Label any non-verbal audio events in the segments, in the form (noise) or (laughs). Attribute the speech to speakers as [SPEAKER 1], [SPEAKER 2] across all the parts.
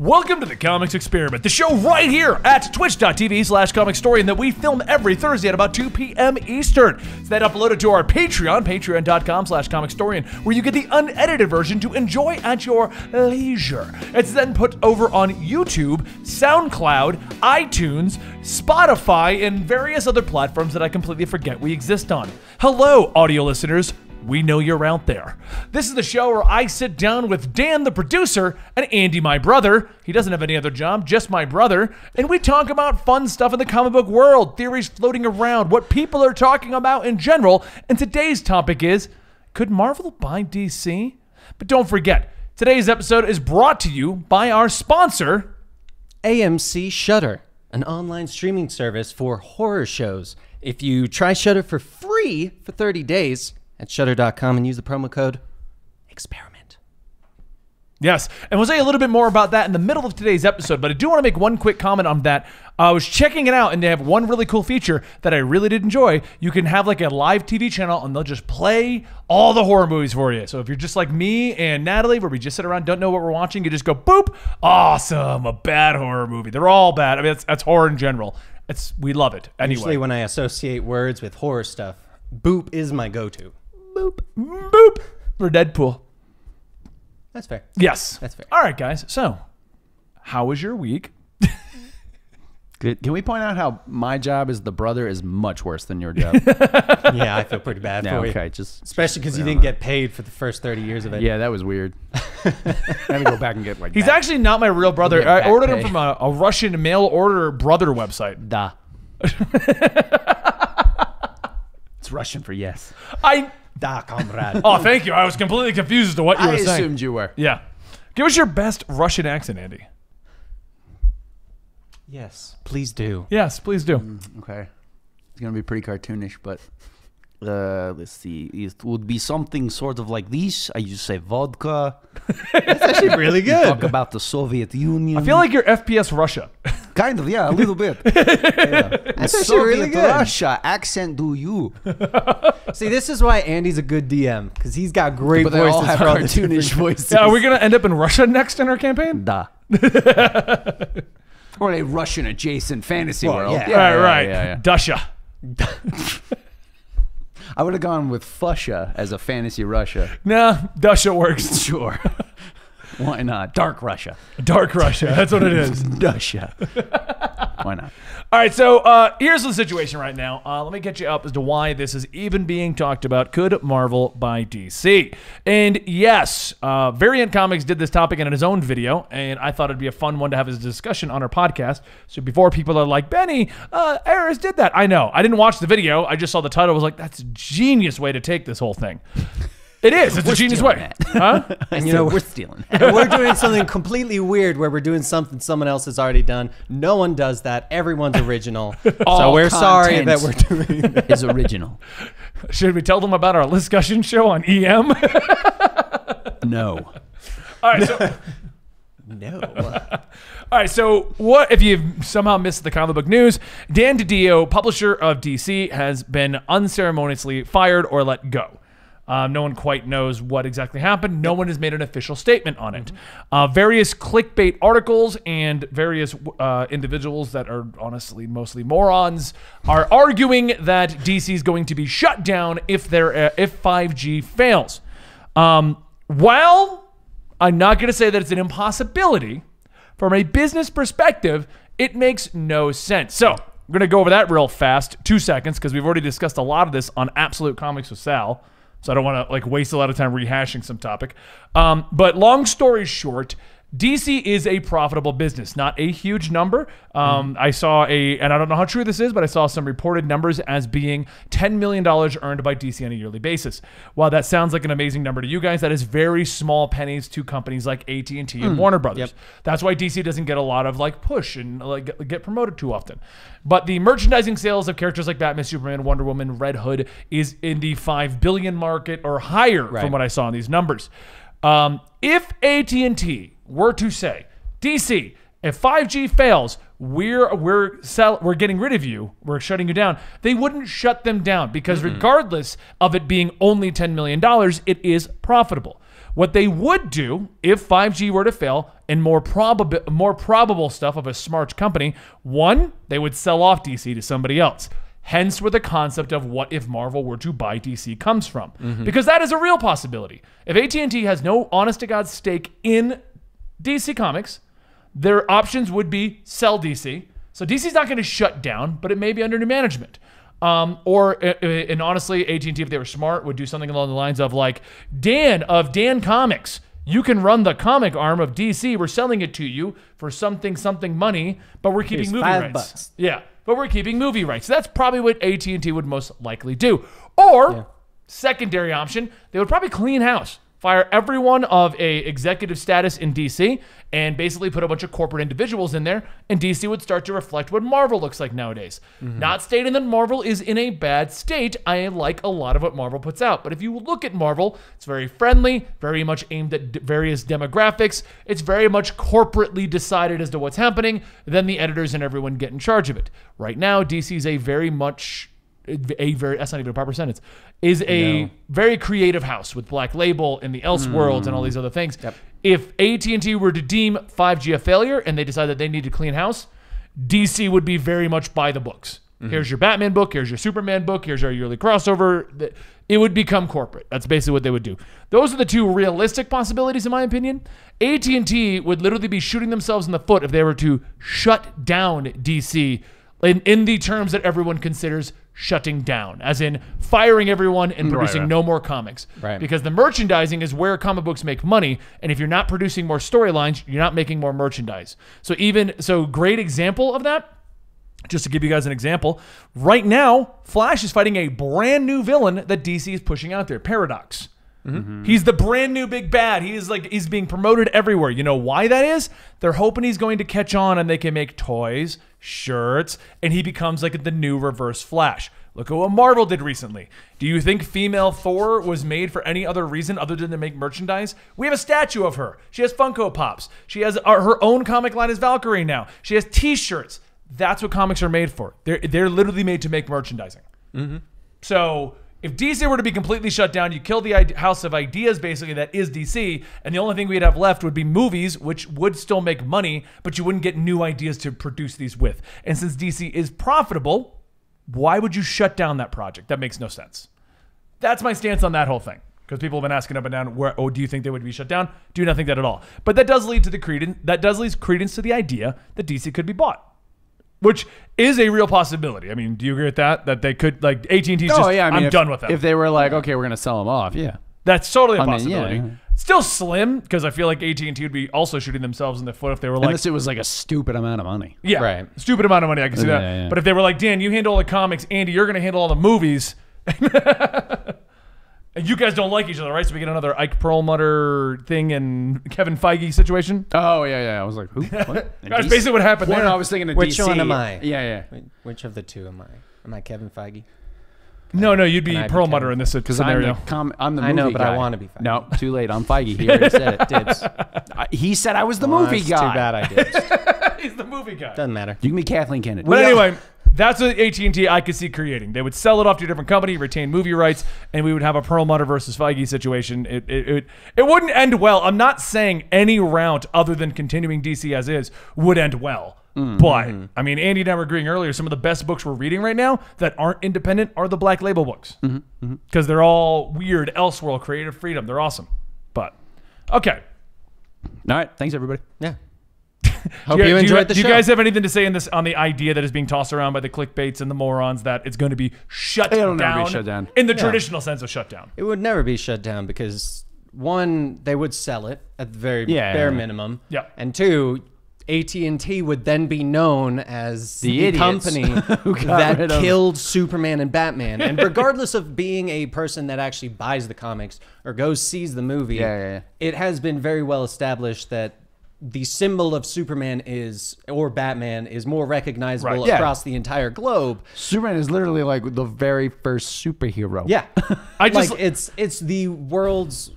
[SPEAKER 1] Welcome to the Comics Experiment, the show right here at twitch.tv slash comic story, and that we film every Thursday at about 2 p.m. Eastern. It's then uploaded to our Patreon, patreon.com slash comic story, where you get the unedited version to enjoy at your leisure. It's then put over on YouTube, SoundCloud, iTunes, Spotify, and various other platforms that I completely forget we exist on. Hello, audio listeners. We know you're out there. This is the show where I sit down with Dan, the producer, and Andy, my brother. He doesn't have any other job, just my brother. And we talk about fun stuff in the comic book world, theories floating around, what people are talking about in general. And today's topic is could Marvel buy DC? But don't forget, today's episode is brought to you by our sponsor.
[SPEAKER 2] AMC Shudder, an online streaming service for horror shows. If you try Shudder for free for 30 days at shudder.com and use the promo code experiment.
[SPEAKER 1] Yes, and we'll say a little bit more about that in the middle of today's episode, but I do want to make one quick comment on that. I was checking it out, and they have one really cool feature that I really did enjoy. You can have like a live TV channel, and they'll just play all the horror movies for you. So if you're just like me and Natalie, where we just sit around, don't know what we're watching, you just go, boop, awesome, a bad horror movie. They're all bad. I mean, that's, that's horror in general. It's We love it.
[SPEAKER 2] Usually
[SPEAKER 1] Anyway,
[SPEAKER 2] when I associate words with horror stuff, boop is my go-to.
[SPEAKER 1] boop, boop, for Deadpool.
[SPEAKER 2] That's fair.
[SPEAKER 1] Yes.
[SPEAKER 2] That's fair.
[SPEAKER 1] All right, guys. So, how was your week?
[SPEAKER 3] Could- Can we point out how my job as the brother is much worse than
[SPEAKER 4] (laughs)
[SPEAKER 3] your job?
[SPEAKER 2] (laughs)
[SPEAKER 4] Oh,
[SPEAKER 2] yeah, I feel pretty bad
[SPEAKER 3] yeah,
[SPEAKER 2] for
[SPEAKER 3] okay,
[SPEAKER 2] you.
[SPEAKER 3] just
[SPEAKER 2] Especially because you didn't get paid for the first 30 years of it.
[SPEAKER 3] yeah, that
[SPEAKER 4] (laughs)
[SPEAKER 3] was weird. I had to go back and get like.
[SPEAKER 1] He's
[SPEAKER 3] back-
[SPEAKER 1] actually not my real brother.
[SPEAKER 3] Yeah,
[SPEAKER 1] I
[SPEAKER 3] back
[SPEAKER 1] ordered him
[SPEAKER 3] pay.
[SPEAKER 1] from a, a Russian mail order brother website.
[SPEAKER 3] da. it's Russian for yes.
[SPEAKER 1] I
[SPEAKER 2] Da,
[SPEAKER 3] (laughs)
[SPEAKER 2] comrade.
[SPEAKER 1] oh, thank you. I was completely confused as to what you
[SPEAKER 3] I
[SPEAKER 1] were saying.
[SPEAKER 3] assumed you were.
[SPEAKER 1] Yeah, give us your best Russian accent, Andy.
[SPEAKER 2] Yes, please do.
[SPEAKER 1] Yes, please do.
[SPEAKER 3] Okay, it's gonna be pretty cartoonish, but uh, let's see. It would be something sort of like this. I just
[SPEAKER 4] (laughs)
[SPEAKER 3] say vodka.
[SPEAKER 2] Actually, really
[SPEAKER 3] Talk
[SPEAKER 2] good.
[SPEAKER 3] about the Soviet Union.
[SPEAKER 1] I feel like you're FPS Russia.
[SPEAKER 3] kind of (laughs) yeah, a little bit.
[SPEAKER 2] That's actually
[SPEAKER 3] Soviet
[SPEAKER 2] really good.
[SPEAKER 3] Russia accent. Do you?
[SPEAKER 2] See, this is why Andy's a good DM because he's got great
[SPEAKER 3] But they
[SPEAKER 2] voices
[SPEAKER 3] all have
[SPEAKER 2] for all the different-
[SPEAKER 3] cartoonish voices.
[SPEAKER 1] Yeah, are we gonna end up in Russia next in our campaign?
[SPEAKER 3] Da. (laughs) or a Russian adjacent fantasy
[SPEAKER 2] Well,
[SPEAKER 3] world.
[SPEAKER 2] yeah.
[SPEAKER 1] All right, right,
[SPEAKER 3] yeah, yeah.
[SPEAKER 1] Dusha.
[SPEAKER 3] I would have gone with Fusha as a
[SPEAKER 2] (laughs)
[SPEAKER 3] fantasy Russia.
[SPEAKER 1] Nah, Dusha works.
[SPEAKER 3] Sure. (laughs) Why not? Dark Russia.
[SPEAKER 1] Dark Russia. That's what it
[SPEAKER 3] (laughs)
[SPEAKER 1] is.
[SPEAKER 3] Russia. Why not?
[SPEAKER 1] All right, so uh, here's the situation right now. Uh, let me get you up as to why this is even being talked about. Could Marvel buy DC? And yes, uh, Variant Comics did this topic in his own video, and I thought it'd be a fun one to have as a discussion on our podcast. So before people are like, Benny, uh, Eris did that. I know. I didn't watch the video. I just saw the title. I was like, that's a genius way to take this whole thing. It is. It's a genius
[SPEAKER 3] stealing
[SPEAKER 1] way.
[SPEAKER 3] that.
[SPEAKER 1] Huh?
[SPEAKER 3] And
[SPEAKER 2] you know,
[SPEAKER 3] we're
[SPEAKER 2] we're- (laughs)
[SPEAKER 3] stealing. (laughs)
[SPEAKER 2] And we're doing something completely weird where we're doing something someone else has already done. No one does that. Everyone's original. so
[SPEAKER 3] All
[SPEAKER 2] we're sorry that
[SPEAKER 3] content
[SPEAKER 2] we're doing
[SPEAKER 3] (laughs)
[SPEAKER 2] that.
[SPEAKER 3] is original.
[SPEAKER 1] Should we tell them about our discussion show on E EM?
[SPEAKER 3] No.
[SPEAKER 1] (laughs) All right, so.
[SPEAKER 3] (laughs)
[SPEAKER 2] No.
[SPEAKER 1] All right, so what if you've somehow missed the comic book news? Dan DiDio, publisher of DC, has been unceremoniously fired or let go. Um, no one quite knows what exactly happened. No one has made an official statement on it. Uh, various clickbait articles and various uh, individuals that are honestly mostly morons are arguing that DC is going to be shut down if their uh, if 5G fails. Um, while I'm not going to say that it's an impossibility, from a business perspective, it makes no sense. So we're going to go over that real fast, two seconds, because we've already discussed a lot of this on Absolute Comics with Sal. So I don't want to like waste a lot of time rehashing some topic. Um, but long story short, DC is a profitable business, not a huge number. Um, I saw a, and I don't know how true this is, but I saw some reported numbers as being $10 million earned by DC on a yearly basis. While that sounds like an amazing number to you guys, that is very small pennies to companies like AT&T and Warner Brothers. That's why DC doesn't get a lot of like push and like get- get promoted too often. But the merchandising sales of characters like Batman, Superman, Wonder Woman, Red Hood is in the 5 billion market or higher from what I saw in these numbers. Um, if AT&T were to say, DC, if 5G fails, we're we're sell, we're getting rid of you. We're shutting you down. They wouldn't shut them down because regardless of it being only 10 million dollars, it is profitable. What they would do if 5G were to fail, and more probable more probable stuff of a smart company, one, they would sell off DC to somebody else. Hence, where the concept of what if Marvel were to buy DC comes from, because that is a real possibility. If AT&T has no honest to god stake in DC Comics, their options would be sell DC. So DC's not going to shut down, but it may be under new management. Um, or uh, uh, and honestly, AT and T, if they were smart, would do something along the lines of like Dan of Dan Comics. You can run the comic arm of DC. We're selling it to you for something something money, but we're keeping
[SPEAKER 2] Here's
[SPEAKER 1] movie
[SPEAKER 2] five
[SPEAKER 1] rights.
[SPEAKER 2] bucks.
[SPEAKER 1] Yeah, but we're keeping movie rights. That's probably what AT and T would most likely do. Or secondary option, they would probably clean house, fire everyone of a executive status in DC, and basically put a bunch of corporate individuals in there. And DC would start to reflect what Marvel looks like nowadays. Not stating that Marvel is in a bad state. I like a lot of what Marvel puts out, but if you look at Marvel, it's very friendly, very much aimed at d- various demographics. It's very much corporately decided as to what's happening. Then the editors and everyone get in charge of it. Right now, DC is a very much a very that's not even a proper sentence is a very creative house with Black Label and the Elseworlds and all these other things. If AT and T were to deem 5G a failure and they decide that they need to clean house, DC would be very much by the books. Here's your Batman book. Here's your Superman book. Here's our yearly crossover. Th- It would become corporate. That's basically what they would do. Those are the two realistic possibilities, in my opinion. AT and T would literally be shooting themselves in the foot if they were to shut down DC in, in the terms that everyone considers shutting down, as in firing everyone and producing
[SPEAKER 4] Mm, right.
[SPEAKER 1] no more comics.
[SPEAKER 2] Right.
[SPEAKER 1] Because the merchandising is where comic books make money, and if you're not producing more storylines, you're not making more merchandise. So even so, great example of that. Just to give you guys an example, right now Flash is fighting a brand new villain that DC is pushing out there, Paradox. He's the brand new big bad. He is like he's being promoted everywhere. You know why that is? They're hoping he's going to catch on and they can make toys, shirts, and he becomes like the new Reverse Flash. Look at what Marvel did recently. Do you think female Thor was made for any other reason other than to make merchandise? We have a statue of her. She has Funko Pops. She has uh, her own comic line as Valkyrie now. She has T-shirts. That's what comics are made for. They're they're literally made to make merchandising. So if DC were to be completely shut down, you kill the ide- house of ideas, basically, that is DC, and the only thing we'd have left would be movies, which would still make money, but you wouldn't get new ideas to produce these with. And since DC is profitable, why would you shut down that project? That makes no sense. That's my stance on that whole thing. Because people have been asking up and down, where, oh, do you think they would be shut down? Do not think that at all. But that does lead to the credence. That does lead credence to the idea that DC could be bought, which is a real possibility. I mean, do you agree with that? That they could, like, AT and T's
[SPEAKER 3] Oh,
[SPEAKER 1] just,
[SPEAKER 4] Oh, yeah. I mean,
[SPEAKER 1] I'm
[SPEAKER 4] if-
[SPEAKER 1] done with them.
[SPEAKER 4] If they were like, okay, we're gonna sell them off, yeah.
[SPEAKER 1] That's totally a
[SPEAKER 3] I mean, yeah,
[SPEAKER 1] possibility.
[SPEAKER 3] yeah.
[SPEAKER 1] Still slim because I feel like AT and T would be also shooting themselves in the foot if they were like,
[SPEAKER 4] Unless it was like a stupid amount of money.
[SPEAKER 1] yeah,
[SPEAKER 2] Right.
[SPEAKER 1] stupid amount of money. I can see
[SPEAKER 4] Yeah,
[SPEAKER 1] that.
[SPEAKER 4] yeah.
[SPEAKER 1] But if they were like, Dan, you handle all the comics, Andy, you're going to handle all the movies. (laughs) And you guys don't like each other, right? So we get another Ike Perlmutter thing and Kevin Feige situation.
[SPEAKER 4] Oh yeah, yeah. I was like, who? What? (laughs) And
[SPEAKER 1] That's
[SPEAKER 4] DC?
[SPEAKER 1] basically what happened
[SPEAKER 4] Well,
[SPEAKER 1] there.
[SPEAKER 4] no, I was thinking of
[SPEAKER 2] Which
[SPEAKER 4] DC.
[SPEAKER 2] one am I?
[SPEAKER 4] Yeah, yeah.
[SPEAKER 2] Wait, Which of the two am I? Am I Kevin Feige?
[SPEAKER 1] no, no, you'd be
[SPEAKER 2] And I'd be
[SPEAKER 1] Perlmutter
[SPEAKER 2] Kevin
[SPEAKER 1] in this
[SPEAKER 4] Because I'm the
[SPEAKER 1] scenario.
[SPEAKER 4] com- I'm the
[SPEAKER 2] I know,
[SPEAKER 4] movie
[SPEAKER 2] but I
[SPEAKER 4] guy.
[SPEAKER 2] wanna be Feige.
[SPEAKER 4] No, too late. I'm (laughs) Feige. He already said it. Oh,
[SPEAKER 2] Dibs.
[SPEAKER 4] I, he said I was the
[SPEAKER 2] Well,
[SPEAKER 4] movie
[SPEAKER 2] Oh, that's
[SPEAKER 4] guy.
[SPEAKER 2] Too bad I did.
[SPEAKER 1] He's the movie guy.
[SPEAKER 2] Doesn't matter.
[SPEAKER 4] You can be Kathleen Kennedy.
[SPEAKER 1] But anyway, that's what AT and T I could see creating. They would sell it off to a different company, retain movie rights, and we would have a Perlmutter versus Feige situation. It it, it it wouldn't end well. I'm not saying any route other than continuing DC as is would end well. But I mean, Andy and I were agreeing earlier. Some of the best books we're reading right now that aren't independent are the Black Label books because they're all weird, elseworld, creative freedom. They're awesome. But okay,
[SPEAKER 4] All right. Thanks everybody.
[SPEAKER 2] Yeah. Hope
[SPEAKER 1] Do
[SPEAKER 2] you
[SPEAKER 1] do
[SPEAKER 2] enjoyed the
[SPEAKER 1] do
[SPEAKER 2] show.
[SPEAKER 1] you guys have anything to say in this on the idea that is being tossed around by the clickbaits and the morons that it's going to be shut
[SPEAKER 4] It'll
[SPEAKER 1] down,
[SPEAKER 4] never be shut down.
[SPEAKER 1] in the traditional sense of shutdown?
[SPEAKER 2] It would never be shut down because one, they would sell it at the very
[SPEAKER 4] Yeah.
[SPEAKER 2] bare minimum.
[SPEAKER 1] Yeah.
[SPEAKER 2] And two, AT and T would then be known as the,
[SPEAKER 4] idiots
[SPEAKER 2] company
[SPEAKER 4] (laughs) got
[SPEAKER 2] that
[SPEAKER 4] rid of-
[SPEAKER 2] killed Superman and Batman.
[SPEAKER 4] (laughs)
[SPEAKER 2] And regardless of being a person that actually buys the comics or goes sees the movie,
[SPEAKER 4] Yeah, yeah, yeah.
[SPEAKER 2] it has been very well established that the symbol of Superman is or Batman is more recognizable
[SPEAKER 1] Right.
[SPEAKER 4] Yeah.
[SPEAKER 2] across the entire globe.
[SPEAKER 4] Superman is literally like the very first superhero.
[SPEAKER 2] Yeah.
[SPEAKER 1] I just-
[SPEAKER 2] like it's it's the world's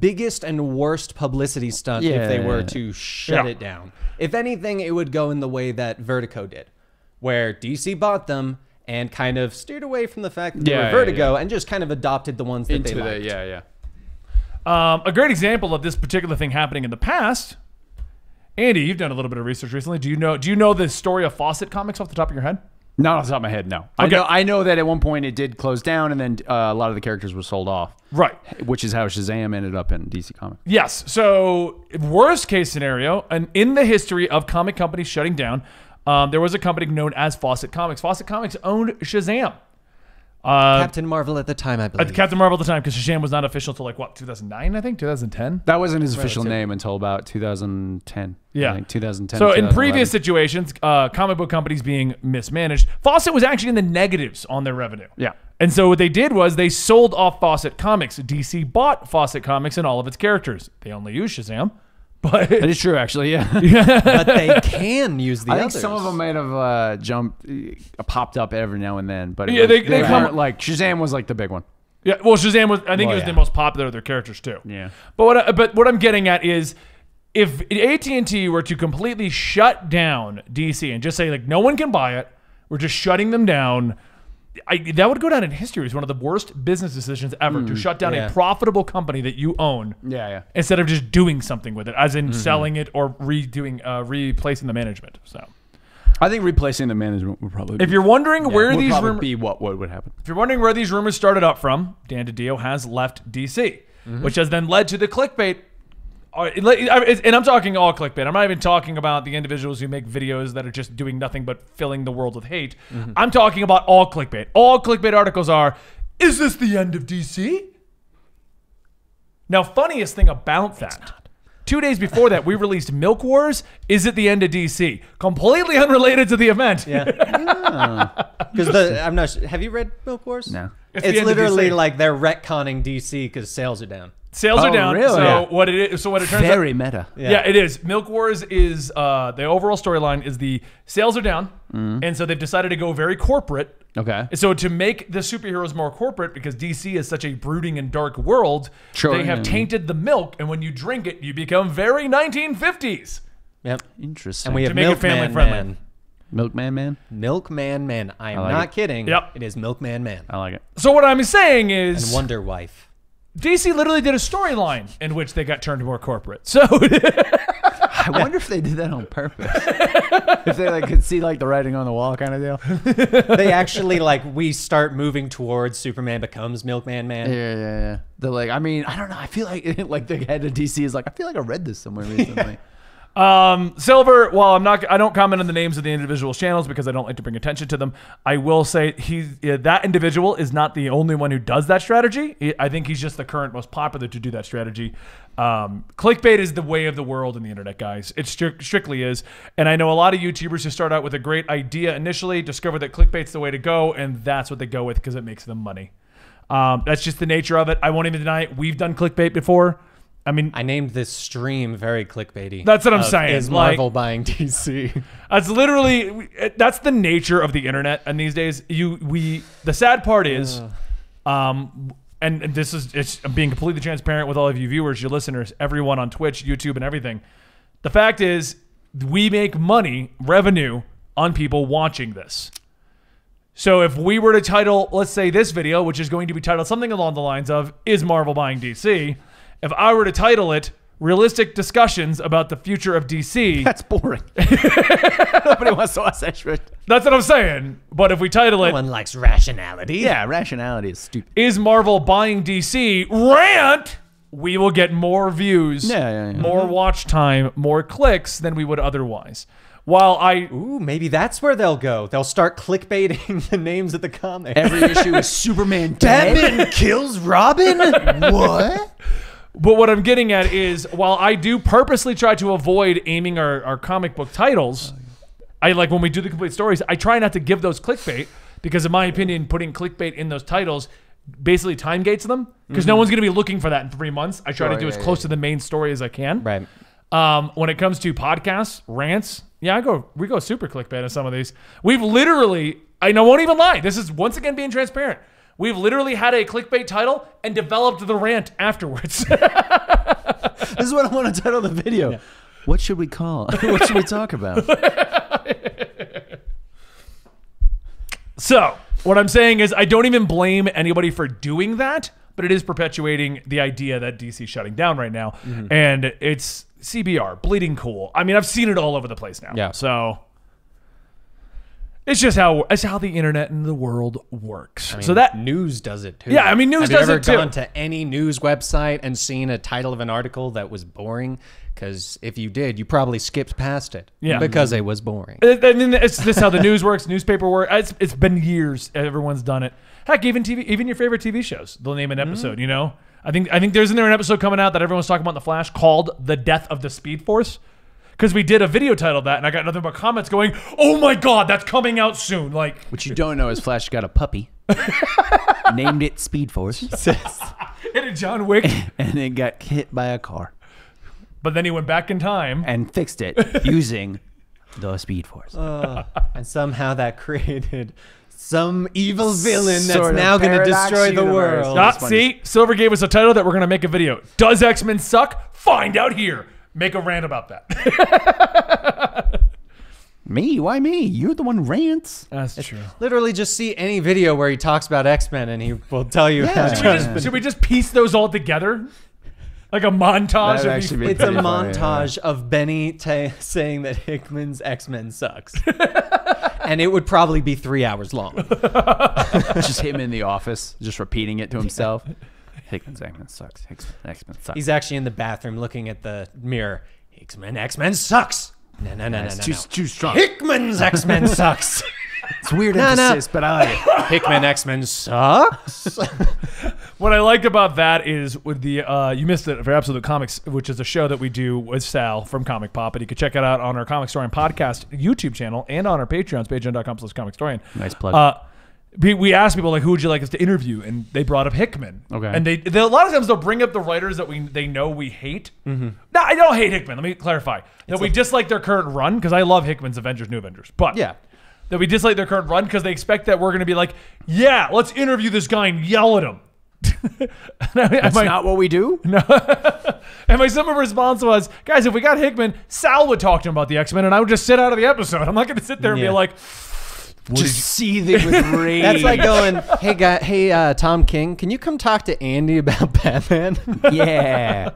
[SPEAKER 2] biggest and worst publicity stunt if they were
[SPEAKER 4] Yeah.
[SPEAKER 2] to shut
[SPEAKER 1] Yeah.
[SPEAKER 2] it down. If anything, it would go in the way that Vertigo did, where DC bought them and kind of steered away from the fact that they
[SPEAKER 4] Yeah,
[SPEAKER 2] were
[SPEAKER 4] yeah,
[SPEAKER 2] Vertigo and just kind of adopted the ones that they
[SPEAKER 4] Into the
[SPEAKER 2] liked.
[SPEAKER 4] yeah, yeah.
[SPEAKER 1] Um, a great example of this particular thing happening in the past. Andy, you've done a little bit of research recently. Do you know? Do you know the story of Fawcett Comics off the top of your head?
[SPEAKER 4] Not off the top of my head, no. I
[SPEAKER 1] Okay.
[SPEAKER 4] know I know that at one point it did close down, and then uh, a lot of the characters were sold off,
[SPEAKER 1] Right.
[SPEAKER 4] which is how Shazam ended up in DC Comics.
[SPEAKER 1] Yes. So, worst case scenario, and in the history of comic companies shutting down, um, there was a company known as Fawcett Comics. Fawcett Comics owned Shazam. Uh,
[SPEAKER 2] Captain Marvel at the time, I
[SPEAKER 1] at
[SPEAKER 2] believe.
[SPEAKER 1] Captain Marvel at the time, because Shazam was not official till like what 2009, I think 2010.
[SPEAKER 4] That wasn't his official name until about 2010.
[SPEAKER 1] Yeah.
[SPEAKER 4] I think 2010.
[SPEAKER 1] So in
[SPEAKER 4] 2011.
[SPEAKER 1] previous situations, uh, comic book companies being mismanaged, Fawcett was actually in the negatives on their revenue.
[SPEAKER 4] Yeah.
[SPEAKER 1] And so what they did was they sold off Fawcett Comics. DC bought Fawcett Comics and all of its characters. They only use Shazam, (laughs) but
[SPEAKER 4] That is true, actually. Yeah.
[SPEAKER 2] but they can use the
[SPEAKER 4] I think
[SPEAKER 2] others.
[SPEAKER 4] some of them might have uh, jumped, uh, popped up every now and then. But it
[SPEAKER 1] Yeah,
[SPEAKER 4] was-
[SPEAKER 1] they- they come-
[SPEAKER 4] weren't, like Shazam was like the big one.
[SPEAKER 1] yeah. Well, Shazam was I think it
[SPEAKER 2] Well,
[SPEAKER 1] was the
[SPEAKER 2] yeah.
[SPEAKER 1] most popular of their characters too.
[SPEAKER 4] Yeah.
[SPEAKER 1] But what I, but what I'm getting at is if AT&T were to completely shut down DC and just say like no one can buy it, we're just shutting them down. I, that would go down in history as one of the worst business decisions ever to shut down
[SPEAKER 2] yeah.
[SPEAKER 1] a profitable company that you own
[SPEAKER 4] Yeah, yeah.
[SPEAKER 1] instead of just doing something with it, as in selling it or redoing, uh, replacing the management. So,
[SPEAKER 4] I think replacing the management would probably
[SPEAKER 1] if you're wondering where
[SPEAKER 4] would
[SPEAKER 1] these
[SPEAKER 4] probably
[SPEAKER 1] rumors,
[SPEAKER 4] be what what would happen.
[SPEAKER 1] if you're wondering where these rumors started up from, Dan DiDio has left DC,
[SPEAKER 4] Mm-hmm.
[SPEAKER 1] which has then led to the clickbait. All right, let- I- it's- And I'm talking all clickbait. I'm not even talking about the individuals who make videos that are just doing nothing but filling the world with hate.
[SPEAKER 4] Mm-hmm.
[SPEAKER 1] I'm talking about all clickbait. All clickbait articles are Is this the end of DC? Now, funniest thing about that. Two days before that,
[SPEAKER 4] (laughs)
[SPEAKER 1] we released Milk Wars. Is it the end of DC? Completely unrelated to the event.
[SPEAKER 2] Yeah. Because the I'm not. su- Have you read Milk Wars?
[SPEAKER 4] No.
[SPEAKER 1] It's
[SPEAKER 2] It's,
[SPEAKER 1] the end of
[SPEAKER 2] literally
[SPEAKER 1] DC.
[SPEAKER 2] like they're retconning DC because sales are down.
[SPEAKER 1] (laughs) Sales are
[SPEAKER 4] Oh,
[SPEAKER 1] down.
[SPEAKER 4] really?
[SPEAKER 1] So
[SPEAKER 4] Yeah.
[SPEAKER 1] what it is? So what it turns out
[SPEAKER 4] Very meta.
[SPEAKER 1] Yeah. it is. Milk Wars is uh, the overall storyline is the sales are down, and so they've decided to go very corporate.
[SPEAKER 4] Okay.
[SPEAKER 1] And So to make the superheroes more corporate, because DC is such a brooding and dark world,
[SPEAKER 4] Sure.
[SPEAKER 1] they have tainted the milk, and when you drink it, you become very 1950s.
[SPEAKER 2] Yep.
[SPEAKER 4] Interesting.
[SPEAKER 2] And we have
[SPEAKER 1] make it
[SPEAKER 2] Milkman
[SPEAKER 1] family-friendly.
[SPEAKER 2] Man.
[SPEAKER 4] Milkman Man.
[SPEAKER 2] Milkman Man. I am
[SPEAKER 4] like
[SPEAKER 2] not
[SPEAKER 4] it.
[SPEAKER 2] kidding.
[SPEAKER 1] Yep. Uh,
[SPEAKER 2] It is Milkman Man.
[SPEAKER 4] I like it.
[SPEAKER 1] So what I'm saying
[SPEAKER 2] And
[SPEAKER 1] is, (laughs)
[SPEAKER 2] Wonder Wife.
[SPEAKER 1] DC literally did a storyline in which they got turned more corporate. (laughs) So
[SPEAKER 4] I wonder if they did that on purpose.
[SPEAKER 1] (laughs)
[SPEAKER 4] if they like could see like the writing on the wall kind of deal.
[SPEAKER 2] They actually like we start moving towards Superman becomes Milkman Man.
[SPEAKER 4] Yeah, yeah, yeah. They're like, I mean, I don't know. I feel like (laughs) like the head of DC is like, I feel like I read this (laughs) somewhere recently.
[SPEAKER 1] Um, Silver, while I'm not, I don't comment on the names of the individual channels because I don't like to bring attention to them. I will say he's yeah, that individual is not the only one who does that strategy. He- I think he's just the current most popular to do that strategy. Um, clickbait is the way of the world in the internet, guys. It stric- strictly is, and I know a lot of YouTubers who start out with a great idea initially, discover that clickbait's the way to go, and that's what they go with because it makes them money. Um, that's just the nature of it. I won't even deny it. We've done clickbait before. I mean,
[SPEAKER 2] I named this stream very clickbaity.
[SPEAKER 1] That's what I'm
[SPEAKER 2] of,
[SPEAKER 1] saying,
[SPEAKER 2] Is
[SPEAKER 1] like-
[SPEAKER 2] Marvel
[SPEAKER 1] (laughs)
[SPEAKER 2] buying DC?
[SPEAKER 1] That's literally that's the nature of the internet. And these days, you we the sad part is, um, and, and this is it's I'm being completely transparent with all of you viewers, your listeners, everyone on Twitch, YouTube, and everything. The fact is, we make money, revenue on people watching this. So if we were to title, let's say this video, which is going to be titled something along the lines of "Is Marvel buying DC?" If I were to title it "Realistic Discussions about the Future of DC,"
[SPEAKER 4] That's boring. (laughs) Nobody wants to watch that shit.
[SPEAKER 1] That's what I'm saying. But if we title
[SPEAKER 4] Oh,
[SPEAKER 1] it,
[SPEAKER 2] One likes rationality.
[SPEAKER 4] Yeah, rationality is stupid.
[SPEAKER 1] Is Marvel Buying DC Rant? We will get more views,
[SPEAKER 4] Yeah, yeah, Mm-hmm. yeah.
[SPEAKER 1] more watch time, more clicks than we would otherwise. While I.
[SPEAKER 2] Ooh, maybe that's where they'll go. They'll start clickbaiting (laughs) the names of the comics.
[SPEAKER 4] Every issue is (laughs) Superman
[SPEAKER 2] Batman kills
[SPEAKER 4] (laughs)
[SPEAKER 2] Robin?
[SPEAKER 4] What?
[SPEAKER 1] But what I'm getting at is, while I do purposely try to avoid aiming our, our comic book titles, I like when we do the complete stories, I try not to give those clickbait because, in my opinion, putting clickbait in those titles basically time gates them because no one's going to be looking for that in three months. I try to
[SPEAKER 4] Mm-hmm. Sure,
[SPEAKER 1] do
[SPEAKER 4] yeah,
[SPEAKER 1] as
[SPEAKER 4] yeah,
[SPEAKER 1] close to the main story as I can.
[SPEAKER 2] Right.
[SPEAKER 1] Um, when it comes to podcasts, rants, yeah, I go we go super clickbait on some of these. We've literally, I know, won't even lie. This is once again being transparent. We've literally had a clickbait title and developed the rant afterwards. (laughs)
[SPEAKER 4] This is what I want to title the video. What should we call? (laughs) it? what should we talk (laughs) about?
[SPEAKER 1] so what I'm saying is, I don't even blame anybody for doing that. but it is perpetuating the idea that DC's shutting down right now, and it's CBR, bleeding cool. I mean, I've seen it all over the place now.
[SPEAKER 2] Yeah.
[SPEAKER 1] So it's just how it's how the internet and the world works. so that
[SPEAKER 2] news does it too.
[SPEAKER 1] Yeah, I mean, news
[SPEAKER 2] Have
[SPEAKER 1] does
[SPEAKER 2] you ever
[SPEAKER 1] it, too.
[SPEAKER 2] Gone to any news website and seen a title of an article that was boring? Because if you did, you probably skipped past it.
[SPEAKER 1] Yeah.
[SPEAKER 2] because it was boring.
[SPEAKER 1] And then it's just how the news works, newspaper work. It's, it's been years. Everyone's done it. Heck, even TV, even your favorite TV shows, they'll name an episode. You know, I think I think there's in there an episode coming out that everyone's talking about in the Flash called "The Death of the Speed Force," because we did a video titled that, and I got nothing but comments going, "Oh my god, that's coming out soon!" Like, (laughs)
[SPEAKER 4] What you don't know is Flash got a (laughs) puppy. Named it Speed Force,
[SPEAKER 1] and a John Wick,
[SPEAKER 4] and it got hit by a car
[SPEAKER 1] but then he went back in time.
[SPEAKER 4] and fixed it using the Speed Force.
[SPEAKER 2] and somehow that (laughs) created some evil villain that's
[SPEAKER 4] Sort of
[SPEAKER 2] now going to
[SPEAKER 4] paradox
[SPEAKER 2] destroy the
[SPEAKER 4] universe.
[SPEAKER 2] world.
[SPEAKER 1] Ah,
[SPEAKER 4] this one
[SPEAKER 1] see, Silver gave us a title that we're gonna make a video. Does X Men suck? Find out here. Make a rant about that.
[SPEAKER 4] Me? Why me? You're the one who rants.
[SPEAKER 1] (laughs) That's true.
[SPEAKER 2] Literally, just see any video where he talks about X Men, and he will tell you.
[SPEAKER 4] Yeah.
[SPEAKER 2] how
[SPEAKER 4] Should
[SPEAKER 1] Should we just, should we just piece those all together? Like a montage
[SPEAKER 4] That'd
[SPEAKER 1] of
[SPEAKER 4] actually be
[SPEAKER 1] these-
[SPEAKER 2] (laughs) It's a
[SPEAKER 4] Pretty funny,
[SPEAKER 2] montage of Benny ta saying that Hickman's X Men sucks. (laughs) and it would probably be three hours long.
[SPEAKER 4] just him in the office, just repeating it to himself. Hickman's X-Men sucks. Hickman, X-Men sucks.
[SPEAKER 2] He's actually in the bathroom looking at the mirror. X Men, X Men sucks. No, no, no, no, no.
[SPEAKER 4] too,
[SPEAKER 2] no.
[SPEAKER 4] too strong.
[SPEAKER 2] Hickman's X (laughs) Men sucks.
[SPEAKER 4] It's weird
[SPEAKER 2] No, no.
[SPEAKER 4] emphasis, but I (laughs) like it.
[SPEAKER 2] Hickman X Men sucks.
[SPEAKER 1] What I like about that is with the uh, you missed it for Absolute Comics, which is a show that we do with Sal from Comic Pop, and you can check it out on our Comic Story and podcast YouTube channel and on our Patreon's patreon.com slash comic story.
[SPEAKER 4] Nice plug.
[SPEAKER 1] Uh, we, we asked people like who would you like us to interview and they brought up Hickman.
[SPEAKER 4] Okay.
[SPEAKER 1] And they, they a lot of times they'll bring up the writers that we they know we hate. Mm-hmm. No, I don't hate Hickman. Let me clarify. That we dislike their current run because I love Hickman's Avengers New Avengers. But
[SPEAKER 2] Yeah.
[SPEAKER 1] that we dislike their current run because they expect that we're going to be like, yeah, let's interview this guy and yell at him. (laughs) and I, That's my, (laughs)
[SPEAKER 4] Not what we do.
[SPEAKER 1] and my simple response was, guys, if we got Hickman, Sal would talk to him about the X Men, and I would just sit out of the episode. I'm not going to sit there and
[SPEAKER 2] Yeah.
[SPEAKER 1] be like,
[SPEAKER 4] Just seething (laughs) with rage.
[SPEAKER 2] That's like going, hey, guy, hey, uh, Tom King, can you come talk to Andy about (laughs) Batman?
[SPEAKER 4] yeah.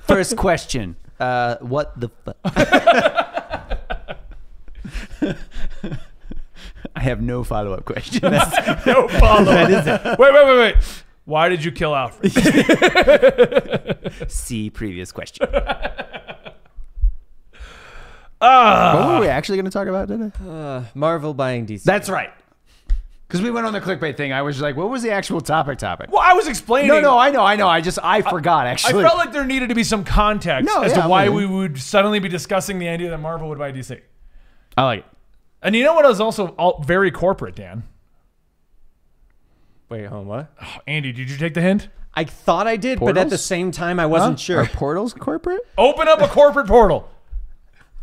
[SPEAKER 4] First question. Uh, what the
[SPEAKER 2] (laughs)
[SPEAKER 4] fuck? (laughs) I have no follow-up question. (laughs)
[SPEAKER 1] no follow. Wait, wait, wait, wait. Why did you kill
[SPEAKER 4] (laughs)
[SPEAKER 1] Alfred?
[SPEAKER 4] See
[SPEAKER 1] (laughs)
[SPEAKER 4] previous question.
[SPEAKER 1] Ah,
[SPEAKER 4] what were we actually going to talk about today?
[SPEAKER 2] Marvel buying DC.
[SPEAKER 4] That's right. Because we went on the clickbait thing. I was just like, what was the actual topic topic?
[SPEAKER 1] well, I was explaining.
[SPEAKER 4] No, no, I know, I know. I just, I forgot
[SPEAKER 1] I
[SPEAKER 4] actually.
[SPEAKER 1] felt like there needed to be some context
[SPEAKER 4] No,
[SPEAKER 1] as
[SPEAKER 4] yeah,
[SPEAKER 1] to
[SPEAKER 4] I'm
[SPEAKER 1] why
[SPEAKER 4] with
[SPEAKER 1] we
[SPEAKER 4] you.
[SPEAKER 1] would suddenly be discussing the idea that Marvel would buy DC.
[SPEAKER 4] I like it.
[SPEAKER 1] And you know what is also all very corporate, Dan?
[SPEAKER 2] Wait, home, what?
[SPEAKER 1] Andy, did you take the hint?
[SPEAKER 2] I thought I did, but at
[SPEAKER 4] Portals?
[SPEAKER 2] the same time, I wasn't
[SPEAKER 4] Are
[SPEAKER 2] sure.
[SPEAKER 4] portals corporate?
[SPEAKER 1] Open up a corporate portal.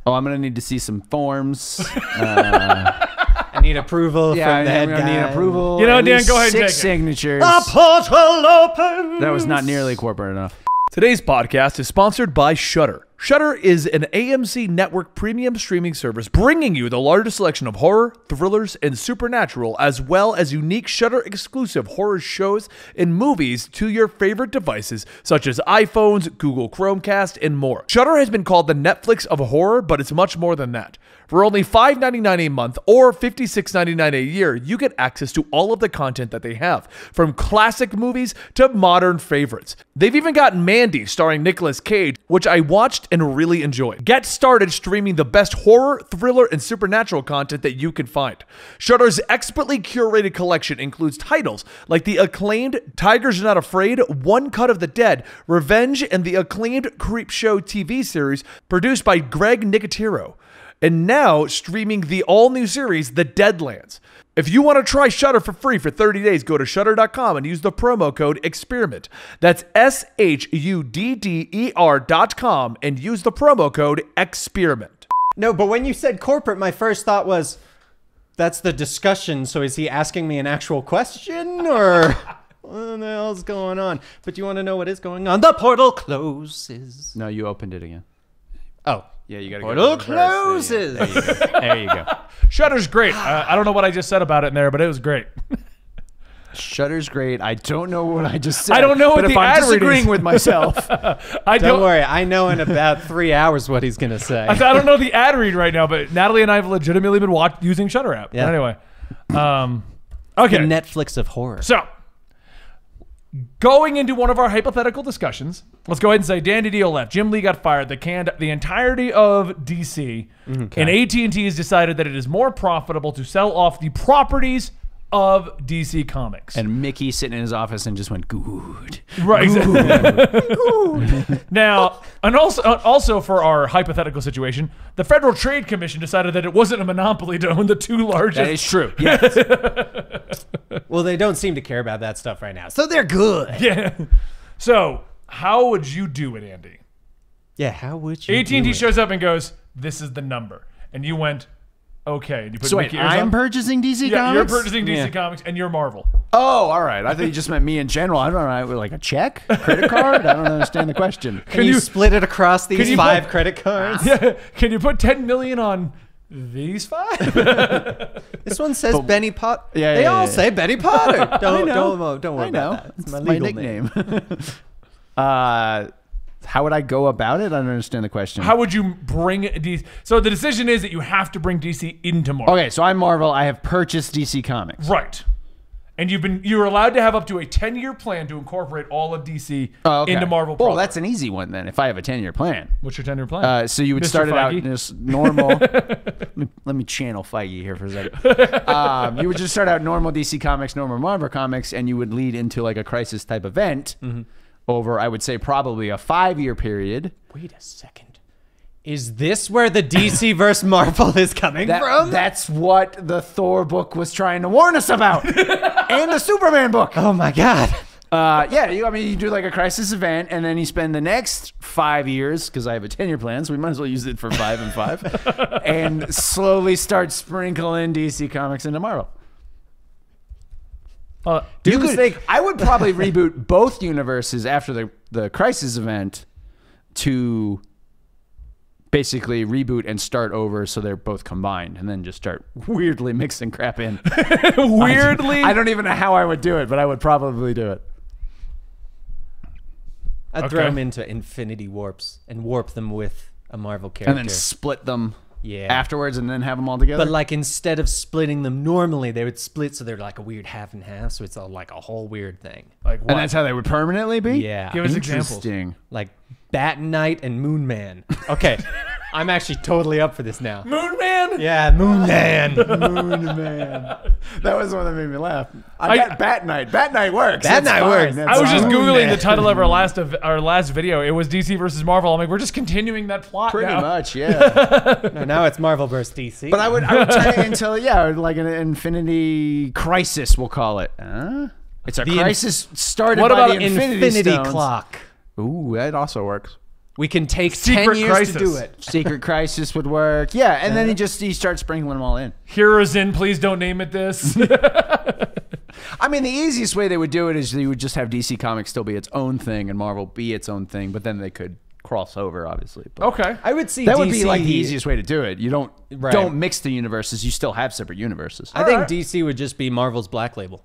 [SPEAKER 4] Oh, I'm gonna need to see some forms. (laughs)
[SPEAKER 2] I need approval
[SPEAKER 4] yeah,
[SPEAKER 2] from the
[SPEAKER 4] I'm
[SPEAKER 2] head
[SPEAKER 4] gonna
[SPEAKER 2] guy.
[SPEAKER 4] need approval.
[SPEAKER 1] You know,
[SPEAKER 4] at
[SPEAKER 1] Dan,
[SPEAKER 4] least
[SPEAKER 1] go ahead and
[SPEAKER 4] six
[SPEAKER 1] take it. Ah,
[SPEAKER 4] signatures.
[SPEAKER 2] portal open.
[SPEAKER 4] That was not nearly corporate enough.
[SPEAKER 5] Today's podcast is sponsored by Shudder. Shudder is an AMC network premium streaming service bringing you the largest selection of horror, thrillers, and supernatural, as well as unique Shudder exclusive horror shows and movies to your favorite devices such as iPhones, Google Chromecast, and more. Shudder has been called the Netflix of horror, but it's much more than that. For only $5.99 a month or $56.99 a year, you get access to all of the content that they have, from classic movies to modern favorites. They've even got Mandy starring Nicolas Cage, which I watched and really enjoyed. Get started streaming the best horror, thriller, and supernatural content that you can find. Shudder's expertly curated collection includes titles like the acclaimed Tigers Are Not Afraid, One Cut of the Dead, Revenge, and the acclaimed Creep Show TV series produced by Greg Nicotero and now streaming the all new series The Deadlands. If you want to try Shutter for free for 30 days, go to shutter.com and use the promo code experiment. That's S H U D D E R.com and use the promo code experiment.
[SPEAKER 2] No, but when you said corporate, my first thought was, that's the discussion. So is he asking me an actual question (laughs) or what the hell's going on? But you want to know what is going on? The portal closes.
[SPEAKER 4] No, you opened it again.
[SPEAKER 2] Oh,
[SPEAKER 4] Yeah, you gotta
[SPEAKER 2] portal
[SPEAKER 4] go. reverse. There you
[SPEAKER 2] closes.
[SPEAKER 4] go. (laughs) There you go. There you go.
[SPEAKER 1] Shutter's great. Uh, I don't know what I just said about it in there, but it was great.
[SPEAKER 4] Shutter's great. I don't know what I just said.
[SPEAKER 1] I don't know what
[SPEAKER 4] but if
[SPEAKER 1] the
[SPEAKER 4] I'm
[SPEAKER 1] ad read
[SPEAKER 4] disagreeing
[SPEAKER 1] is. (laughs)
[SPEAKER 4] with myself.
[SPEAKER 1] I
[SPEAKER 2] (laughs) Don't
[SPEAKER 1] don't.
[SPEAKER 2] worry, I know in about three hours what he's gonna say.
[SPEAKER 1] I don't know the ad read right now, but Natalie and I have legitimately been watch- using Shutter app.
[SPEAKER 2] Yeah.
[SPEAKER 1] Anyway, um, okay.
[SPEAKER 2] The Netflix of horror.
[SPEAKER 1] So, going into one of our hypothetical discussions, let's go ahead and say Dan Didio left. Jim Lee got fired. The canned the entirety of DC,
[SPEAKER 4] Mm-hmm.
[SPEAKER 1] and AT and T has decided that it is more profitable to sell off the properties of DC Comics.
[SPEAKER 4] (laughs) and Mickey sitting in his office and just went, good.
[SPEAKER 1] Right. (laughs) exactly. now, and also, uh, also for our hypothetical situation, the Federal Trade Commission decided that it wasn't a monopoly to own the two largest.
[SPEAKER 4] That is true. Yeah.
[SPEAKER 2] Well, they don't seem to care about that stuff right now, so they're good. Yeah.
[SPEAKER 1] yeah. So, how would you do it, Andy?
[SPEAKER 2] how would you?
[SPEAKER 1] AT and
[SPEAKER 2] do
[SPEAKER 1] T
[SPEAKER 2] it?
[SPEAKER 1] shows up and goes, "This is the number," and you went, "Okay." And you put (laughs)
[SPEAKER 4] So wait,
[SPEAKER 1] Mickey ears
[SPEAKER 4] I'm
[SPEAKER 1] on.
[SPEAKER 4] purchasing DC
[SPEAKER 1] yeah,
[SPEAKER 4] Comics?
[SPEAKER 1] you're purchasing DC
[SPEAKER 4] Yeah.
[SPEAKER 1] Comics and you're Marvel. (laughs)
[SPEAKER 4] Oh, all right. I thought you just meant me in general. I don't know. Like a check? Credit card? I don't understand
[SPEAKER 1] (laughs)
[SPEAKER 4] the question.
[SPEAKER 2] Can you,
[SPEAKER 1] you-
[SPEAKER 2] split it across these
[SPEAKER 1] you
[SPEAKER 2] five
[SPEAKER 1] put-
[SPEAKER 2] credit cards?
[SPEAKER 1] Yeah. Can you put 10 million on these five?
[SPEAKER 2] This one says Benny Potter.
[SPEAKER 4] Yeah,
[SPEAKER 2] they
[SPEAKER 4] yeah,
[SPEAKER 2] all
[SPEAKER 4] yeah.
[SPEAKER 2] say Benny (laughs) Potter. Don't
[SPEAKER 4] know.
[SPEAKER 2] don't
[SPEAKER 1] (laughs)
[SPEAKER 2] wo- don't worry
[SPEAKER 4] I know.
[SPEAKER 2] about that.
[SPEAKER 4] It's my, nickname. (laughs) uh, how would I go about it? I don't understand the question.
[SPEAKER 1] how would you bring DC? So the decision is that you have to bring DC into Marvel.
[SPEAKER 4] okay, so I'm Marvel. I have purchased DC Comics.
[SPEAKER 1] Right. And you've been you're allowed to have up to a 10-year plan to incorporate all of DC
[SPEAKER 4] Oh, okay.
[SPEAKER 1] into Marvel.
[SPEAKER 4] Well,
[SPEAKER 1] proper.
[SPEAKER 4] that's an easy one then. If I have a ten-year plan,
[SPEAKER 1] What's your 10-year plan?
[SPEAKER 4] uh, so you would
[SPEAKER 1] Mr.
[SPEAKER 4] start it out
[SPEAKER 1] Feige?
[SPEAKER 4] in this normal. let, me, let me channel Feige here for a second. um, you would just start out normal DC Comics, normal Marvel Comics, and you would lead into like a crisis type event over, I would say, probably a five-year period.
[SPEAKER 2] Wait a second. Is this where the
[SPEAKER 4] (laughs)
[SPEAKER 2] DC versus Marvel is coming
[SPEAKER 4] That-
[SPEAKER 2] from?
[SPEAKER 4] That's what the Thor book was trying to warn us about, and the Superman book.
[SPEAKER 2] oh my god.
[SPEAKER 4] Uh, yeah, you, I mean, you do like a crisis event, and then you spend the next five years because I have a ten-year plan, so we might as well use it for five and five, and slowly start sprinkling DC Comics into Marvel.
[SPEAKER 1] Uh,
[SPEAKER 4] you could think I would probably reboot both universes after the the crisis event to basically reboot and start over so they're both combined and then just start weirdly mixing crap in
[SPEAKER 1] weirdly
[SPEAKER 4] I don't even know how I would do it, but I would probably do it.
[SPEAKER 2] I'd throw
[SPEAKER 1] Okay.
[SPEAKER 2] them into infinity warps and warp them with a Marvel character.
[SPEAKER 4] And then split them
[SPEAKER 2] Yeah.
[SPEAKER 4] afterwards and then have them all together.
[SPEAKER 2] but like instead of splitting them normally, they would split so they're like a weird half and half, so it's all like a whole weird thing.
[SPEAKER 1] like what?
[SPEAKER 4] and that's how they would permanently be?
[SPEAKER 2] Yeah.
[SPEAKER 1] Give us examples.
[SPEAKER 4] Interesting.
[SPEAKER 2] Like Bat Knight and Moon Man.
[SPEAKER 4] (laughs)
[SPEAKER 2] Okay. I'm actually totally up for this now.
[SPEAKER 1] Moon Man?
[SPEAKER 2] Yeah, Moon Man. (laughs)
[SPEAKER 4] Moon Man. That was the one that made me laugh. I,
[SPEAKER 1] I-
[SPEAKER 4] got Bat Night. Bat Night works.
[SPEAKER 2] Bat
[SPEAKER 4] That's
[SPEAKER 2] Night
[SPEAKER 4] fine.
[SPEAKER 2] works.
[SPEAKER 4] That's
[SPEAKER 1] I was just
[SPEAKER 4] fine.
[SPEAKER 1] googling the title of our last of our last video. It was DC versus Marvel. I'm like, we're just continuing that plot
[SPEAKER 4] Pretty
[SPEAKER 1] now. (laughs)
[SPEAKER 4] much, yeah.
[SPEAKER 2] no, now it's Marvel versus DC.
[SPEAKER 4] but I would, I would turn it into, yeah, like an infinity crisis, we'll call it. Huh? It's a
[SPEAKER 2] The inf-
[SPEAKER 4] crisis started
[SPEAKER 2] what
[SPEAKER 4] by
[SPEAKER 2] about
[SPEAKER 4] the Infinity,
[SPEAKER 2] Infinity,
[SPEAKER 4] Stones.
[SPEAKER 2] Clock?
[SPEAKER 4] Ooh, that also works.
[SPEAKER 2] We can take
[SPEAKER 1] Secret
[SPEAKER 2] ten years
[SPEAKER 1] Crisis.
[SPEAKER 2] to do it.
[SPEAKER 4] Secret Crisis would work. Yeah, and then he just he starts sprinkling them all in.
[SPEAKER 1] Heroes in, please don't name it
[SPEAKER 4] (laughs)
[SPEAKER 1] this.
[SPEAKER 4] I mean, the easiest way they would do it is they would just have DC Comics still be its own thing and Marvel be its own thing, but then they could cross over, obviously. But
[SPEAKER 1] okay.
[SPEAKER 2] I would see
[SPEAKER 4] That would be
[SPEAKER 2] DC
[SPEAKER 4] like the easiest way to do it. You don't
[SPEAKER 2] Right.
[SPEAKER 4] don't mix the universes. You still have separate universes.
[SPEAKER 2] I think
[SPEAKER 1] Alright.
[SPEAKER 2] DC would just be Marvel's Black Label.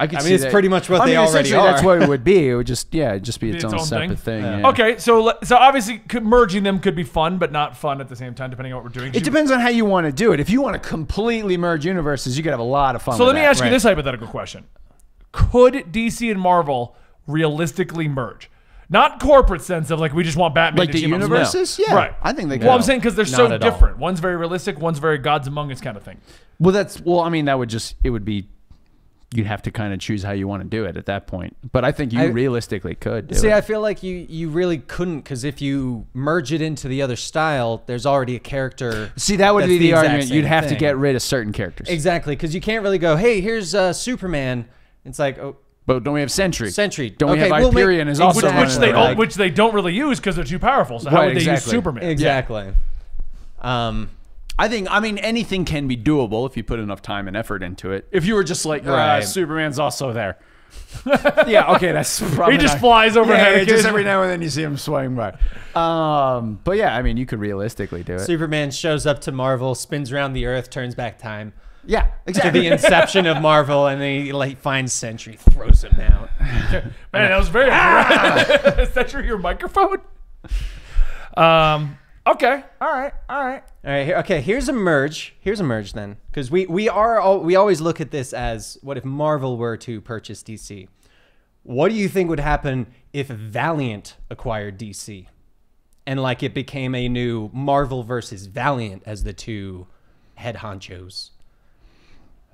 [SPEAKER 4] could
[SPEAKER 2] I mean,
[SPEAKER 4] see
[SPEAKER 2] it's
[SPEAKER 4] that-
[SPEAKER 2] pretty much what
[SPEAKER 4] I
[SPEAKER 2] they
[SPEAKER 4] mean,
[SPEAKER 2] already
[SPEAKER 4] essentially, That's
[SPEAKER 2] are.
[SPEAKER 4] what it would be. It would just yeah, it'd just be its,
[SPEAKER 1] Its
[SPEAKER 4] own,
[SPEAKER 1] own thing?
[SPEAKER 4] separate thing. yeah.
[SPEAKER 1] Okay, so le- so obviously co- merging them could be fun, but not fun at the same time, depending on what we're doing.
[SPEAKER 4] It depends on how you want to do it. If you want to completely merge universes, you could have a lot of fun.
[SPEAKER 1] So
[SPEAKER 4] with
[SPEAKER 1] let me
[SPEAKER 4] that.
[SPEAKER 1] ask you this hypothetical question: Could DC and Marvel realistically merge? Not corporate sense of like we just want Batman
[SPEAKER 4] Like
[SPEAKER 1] to
[SPEAKER 4] the
[SPEAKER 1] team up with-
[SPEAKER 4] universes?
[SPEAKER 1] No.
[SPEAKER 4] Yeah,
[SPEAKER 1] right.
[SPEAKER 4] I think they
[SPEAKER 1] Well, I'm
[SPEAKER 4] could.
[SPEAKER 1] saying because they're
[SPEAKER 2] Not
[SPEAKER 1] so
[SPEAKER 2] at all.
[SPEAKER 1] different. One's very realistic, one's very gods among us kind of thing.
[SPEAKER 4] Well, that's well. I mean, that would just it would be. You'd have to kind of choose how you want to do it at that point. But I think you
[SPEAKER 2] I-
[SPEAKER 4] realistically could. Do
[SPEAKER 2] See,
[SPEAKER 4] it.
[SPEAKER 2] I feel like you you really couldn't because if you merge it into the other style, there's already a character.
[SPEAKER 4] See, that would
[SPEAKER 2] that's
[SPEAKER 4] be the,
[SPEAKER 2] exact
[SPEAKER 4] argument.
[SPEAKER 2] same
[SPEAKER 4] You'd have to
[SPEAKER 2] thing.
[SPEAKER 4] get rid of certain characters.
[SPEAKER 2] exactly because you can't really go, hey, here's uh, Superman. It's like, oh,
[SPEAKER 4] but don't we have Sentry?
[SPEAKER 2] Sentry.
[SPEAKER 4] Don't
[SPEAKER 2] Okay,
[SPEAKER 4] we have
[SPEAKER 2] we'll make-
[SPEAKER 4] Hyperion? is also
[SPEAKER 1] Which,
[SPEAKER 2] Exactly.
[SPEAKER 4] one
[SPEAKER 1] which
[SPEAKER 4] of
[SPEAKER 1] they
[SPEAKER 4] them,
[SPEAKER 1] don't-
[SPEAKER 4] like-
[SPEAKER 1] which they don't really use because they're too powerful. So how
[SPEAKER 4] Right,
[SPEAKER 1] would they
[SPEAKER 4] exactly.
[SPEAKER 1] use Superman?
[SPEAKER 2] exactly. Um,
[SPEAKER 4] I think. I mean, anything can be doable if you put enough time and effort into it. If you were just like, uh,
[SPEAKER 2] Right.
[SPEAKER 4] Superman's also there. (laughs) yeah. Okay. That's (laughs) probably.
[SPEAKER 1] He just
[SPEAKER 4] not-
[SPEAKER 1] flies overhead.
[SPEAKER 4] Yeah, yeah, just
[SPEAKER 1] occasionally.
[SPEAKER 4] every now and then you see him swaying by. Um, but yeah, I mean, you could realistically do it.
[SPEAKER 2] Superman shows up to Marvel, spins around the Earth, turns back time.
[SPEAKER 4] Yeah,
[SPEAKER 2] to
[SPEAKER 4] (laughs) exactly.
[SPEAKER 2] the inception of Marvel, and then he like finds Sentry, throws him down.
[SPEAKER 3] Man, that was very.
[SPEAKER 4] Ah!
[SPEAKER 3] (laughs) Is that your, your microphone? Um. Okay. All right. All right.
[SPEAKER 2] All right, here, okay. Here's a merge. Here's a merge then, because we we are all, we always look at this as what if Marvel were to purchase DC? What do you think would happen if Valiant acquired DC, and like it became a new Marvel versus Valiant as the two head honchos?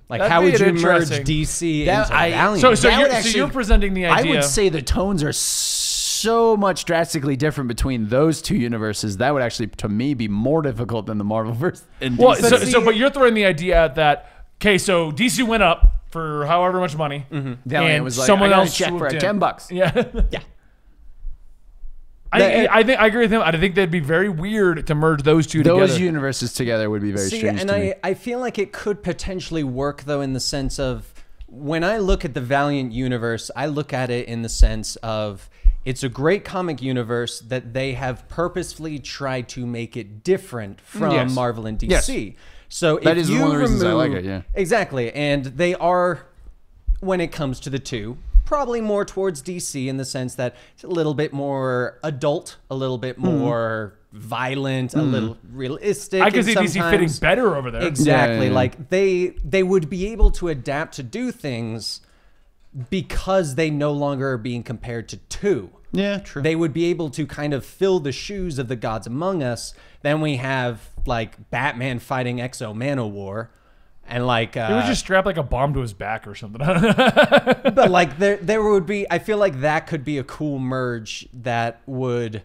[SPEAKER 2] Like,
[SPEAKER 3] That'd
[SPEAKER 2] how
[SPEAKER 3] be
[SPEAKER 2] would
[SPEAKER 3] an
[SPEAKER 2] you merge
[SPEAKER 3] interesting-
[SPEAKER 2] DC
[SPEAKER 4] That-
[SPEAKER 2] into
[SPEAKER 4] I-
[SPEAKER 2] Valiant?
[SPEAKER 3] So, so
[SPEAKER 4] That
[SPEAKER 3] you're,
[SPEAKER 4] would
[SPEAKER 3] so you're
[SPEAKER 4] actually-
[SPEAKER 3] presenting the
[SPEAKER 4] I
[SPEAKER 3] idea.
[SPEAKER 4] would say the tones are so much drastically different between those two universes. That would actually, to me, be more difficult than the Marvel (laughs) verse.
[SPEAKER 6] And
[SPEAKER 3] Well,
[SPEAKER 6] DC
[SPEAKER 3] so,
[SPEAKER 2] see-
[SPEAKER 3] so but you're throwing the idea out that okay, so DC went up for however much money,
[SPEAKER 4] Valiant
[SPEAKER 3] and
[SPEAKER 4] Mm-hmm. was like,
[SPEAKER 3] someone
[SPEAKER 4] I got a
[SPEAKER 3] else
[SPEAKER 4] check for
[SPEAKER 3] swooped in.
[SPEAKER 4] ten bucks.
[SPEAKER 3] (laughs) Yeah.
[SPEAKER 2] Yeah.
[SPEAKER 3] I, I think I agree with him. I think that'd be very weird to merge those two
[SPEAKER 4] Those
[SPEAKER 3] together.
[SPEAKER 4] universes together would be very
[SPEAKER 2] See,
[SPEAKER 4] strange
[SPEAKER 2] and
[SPEAKER 4] to
[SPEAKER 2] I,
[SPEAKER 4] me.
[SPEAKER 2] I feel like it could potentially work though in the sense of when I look at the Valiant universe, I look at it in the sense of it's a great comic universe that they have purposefully tried to make it different from
[SPEAKER 4] Mm. yes.
[SPEAKER 2] Marvel and DC.
[SPEAKER 4] Yes.
[SPEAKER 2] So
[SPEAKER 4] That
[SPEAKER 2] if
[SPEAKER 4] is one
[SPEAKER 2] you
[SPEAKER 4] of the reasons I like
[SPEAKER 2] remove-
[SPEAKER 4] it, yeah.
[SPEAKER 2] exactly, and they are when it comes to the two, probably more towards DC in the sense that it's a little bit more adult, a little bit more violent, a little realistic.
[SPEAKER 3] Hmm. I can
[SPEAKER 2] and
[SPEAKER 3] see DC fitting
[SPEAKER 2] sometimes-
[SPEAKER 3] better over there.
[SPEAKER 2] Exactly.
[SPEAKER 4] Yeah, yeah, yeah.
[SPEAKER 2] Like they they would be able to adapt to do things because they no longer are being compared to two.
[SPEAKER 7] Yeah, true.
[SPEAKER 2] They would be able to kind of fill the shoes of the gods among us. Then we have like Batman fighting Exo Manowar, and like uh,
[SPEAKER 3] They would just strap like a bomb to his back or something. (laughs)
[SPEAKER 2] but like there there would be I feel like that could be a cool merge that would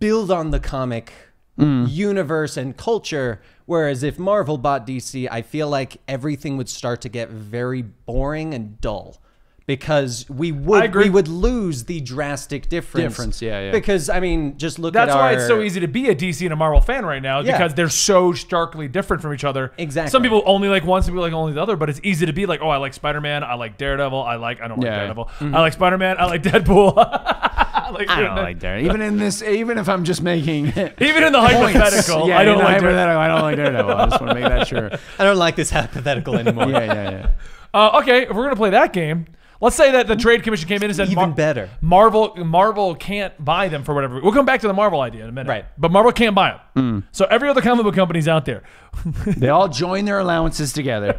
[SPEAKER 2] build on the comic
[SPEAKER 3] Mm.
[SPEAKER 2] universe and culture whereas if Marvel bought DC I feel like everything would start to get very boring and dull because we
[SPEAKER 3] I
[SPEAKER 2] would
[SPEAKER 3] agree.
[SPEAKER 2] we would lose the drastic difference
[SPEAKER 4] Difference, yeah, yeah.
[SPEAKER 2] because I mean just look
[SPEAKER 3] That's
[SPEAKER 2] at
[SPEAKER 3] why
[SPEAKER 2] our-
[SPEAKER 3] it's so easy to be a DC and a Marvel fan right now is
[SPEAKER 2] Yeah.
[SPEAKER 3] because they're so starkly different from each other.
[SPEAKER 2] Exactly.
[SPEAKER 3] Some people only like one, some people like only the other, but it's easy to be like, oh, I like Spider Man, I like Daredevil, I like I don't like
[SPEAKER 4] Yeah.
[SPEAKER 3] Daredevil, I like Spider Man, I like Deadpool. (laughs) like,
[SPEAKER 7] I don't like Daredevil.
[SPEAKER 4] Even in this, even if I'm just making (laughs)
[SPEAKER 3] Even in the hypothetical,
[SPEAKER 4] yeah,
[SPEAKER 3] I don't
[SPEAKER 4] no,
[SPEAKER 3] like Daredevil.
[SPEAKER 4] Daredevil. I don't like Daredevil. I just want to make that
[SPEAKER 3] (laughs)
[SPEAKER 4] sure.
[SPEAKER 2] I don't like this hypothetical anymore
[SPEAKER 4] Yeah, yeah, yeah.
[SPEAKER 3] Uh, okay, if we're gonna play that game, let's say that the trade commission came in and said
[SPEAKER 2] Even better.
[SPEAKER 3] Marvel Marvel can't buy them for whatever. We'll come back to the Marvel idea in a minute,
[SPEAKER 2] Right.
[SPEAKER 3] But Marvel can't buy
[SPEAKER 4] Hmm.
[SPEAKER 3] them. So every other comic book company's out there.
[SPEAKER 4] They all join their allowances
[SPEAKER 3] (laughs)
[SPEAKER 4] together.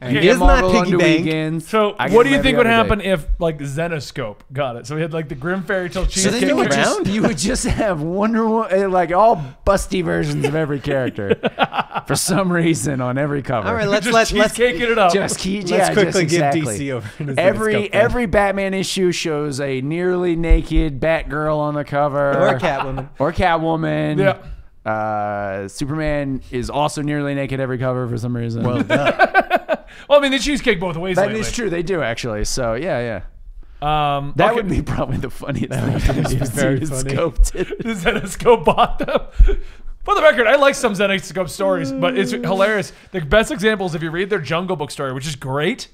[SPEAKER 4] And
[SPEAKER 2] Isn't that piggy bank?
[SPEAKER 4] Weekends.
[SPEAKER 3] So
[SPEAKER 4] I get
[SPEAKER 3] what do you
[SPEAKER 4] them
[SPEAKER 3] think
[SPEAKER 4] every
[SPEAKER 3] would
[SPEAKER 4] other
[SPEAKER 3] happen
[SPEAKER 4] day.
[SPEAKER 3] if like Zenoscope got it? So we had like the Grim Fairy Tale
[SPEAKER 4] So
[SPEAKER 3] Cheesecake.
[SPEAKER 4] then you would,
[SPEAKER 3] Factory. (laughs)
[SPEAKER 4] just, you would just have Wonder Woman, like all busty versions of every
[SPEAKER 3] (laughs)
[SPEAKER 4] character for some reason on every cover.
[SPEAKER 2] all right let's
[SPEAKER 3] just
[SPEAKER 2] let, let's
[SPEAKER 3] cheesecaking it up.
[SPEAKER 4] just keep,
[SPEAKER 2] let's
[SPEAKER 4] yeah,
[SPEAKER 2] quickly
[SPEAKER 4] just
[SPEAKER 2] give
[SPEAKER 4] exactly.
[SPEAKER 2] DC over to Zenoscope
[SPEAKER 4] every
[SPEAKER 2] then.
[SPEAKER 4] every Batman issue shows a nearly naked Batgirl on the cover,
[SPEAKER 2] or Catwoman
[SPEAKER 4] or Catwoman.
[SPEAKER 3] Yeah.
[SPEAKER 4] Uh, Superman is also nearly naked every cover for some reason. Well,
[SPEAKER 3] well, I mean, they cheesecake both ways.
[SPEAKER 4] that
[SPEAKER 3] lately.
[SPEAKER 4] is true. They do actually. So yeah, yeah.
[SPEAKER 3] Um,
[SPEAKER 4] That
[SPEAKER 3] okay.
[SPEAKER 4] would be probably the funniest thing. That
[SPEAKER 2] very funny.
[SPEAKER 4] Scoped
[SPEAKER 3] the Zenoscope bought them. For the record, I like some Zenoscope stories, but it's hilarious. The best example is if you read their Jungle Book story, which is great.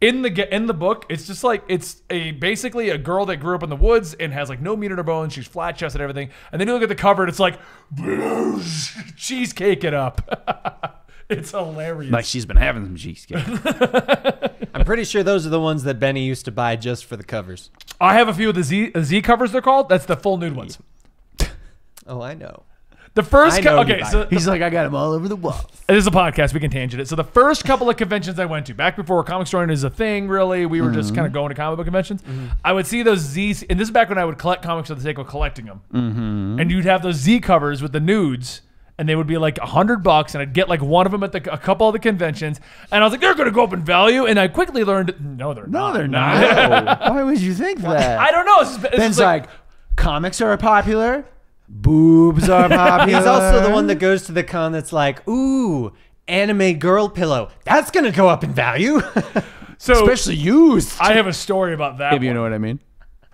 [SPEAKER 3] In the ge- in the book, it's just like it's a basically a girl that grew up in the woods and has like no meat in her bones. She's flat chested and everything. And then you look at the cover and it's like (laughs) cheesecake it up. (laughs) it's hilarious.
[SPEAKER 7] like she's been having some
[SPEAKER 4] (laughs)
[SPEAKER 7] cheesecake.
[SPEAKER 2] I'm pretty sure those are the ones that Benny used to buy just for the covers.
[SPEAKER 3] I have a few of the Z Z covers. They're called. That's the full nude ones.
[SPEAKER 2] Oh, I know.
[SPEAKER 3] The first
[SPEAKER 2] I know
[SPEAKER 3] co-
[SPEAKER 2] you
[SPEAKER 3] okay.
[SPEAKER 2] buy
[SPEAKER 3] So
[SPEAKER 4] He's like, I got him all over the wall.
[SPEAKER 3] This is a podcast. We can tangent it. So the first couple of conventions I went to, back before Comic Store is a thing, really, we were
[SPEAKER 4] Mm-hmm.
[SPEAKER 3] just kind of going to comic book conventions. I would see those Z's, and this is back when I would collect comics for the sake of collecting them.
[SPEAKER 4] Mm-hmm.
[SPEAKER 3] And you'd have those Z covers with the nudes, and they would be like a hundred bucks, and I'd get like one of them at the, a couple of the conventions, and I was like, they're going to go up in value, and I quickly learned, no, they're
[SPEAKER 4] No,
[SPEAKER 3] not.
[SPEAKER 4] they're not. Why would you think that?
[SPEAKER 3] (laughs) I don't know. It's, it's
[SPEAKER 4] Ben's
[SPEAKER 3] just like,
[SPEAKER 4] like, comics are popular, boobs are popular.
[SPEAKER 2] He's also the
[SPEAKER 4] Uh.
[SPEAKER 2] one that goes to the con that's like, ooh, anime girl pillow. That's going to go up in
[SPEAKER 4] (laughs)
[SPEAKER 2] value.
[SPEAKER 3] so
[SPEAKER 4] especially used.
[SPEAKER 3] I have a story about that.
[SPEAKER 4] if you
[SPEAKER 3] one.
[SPEAKER 4] know what I mean.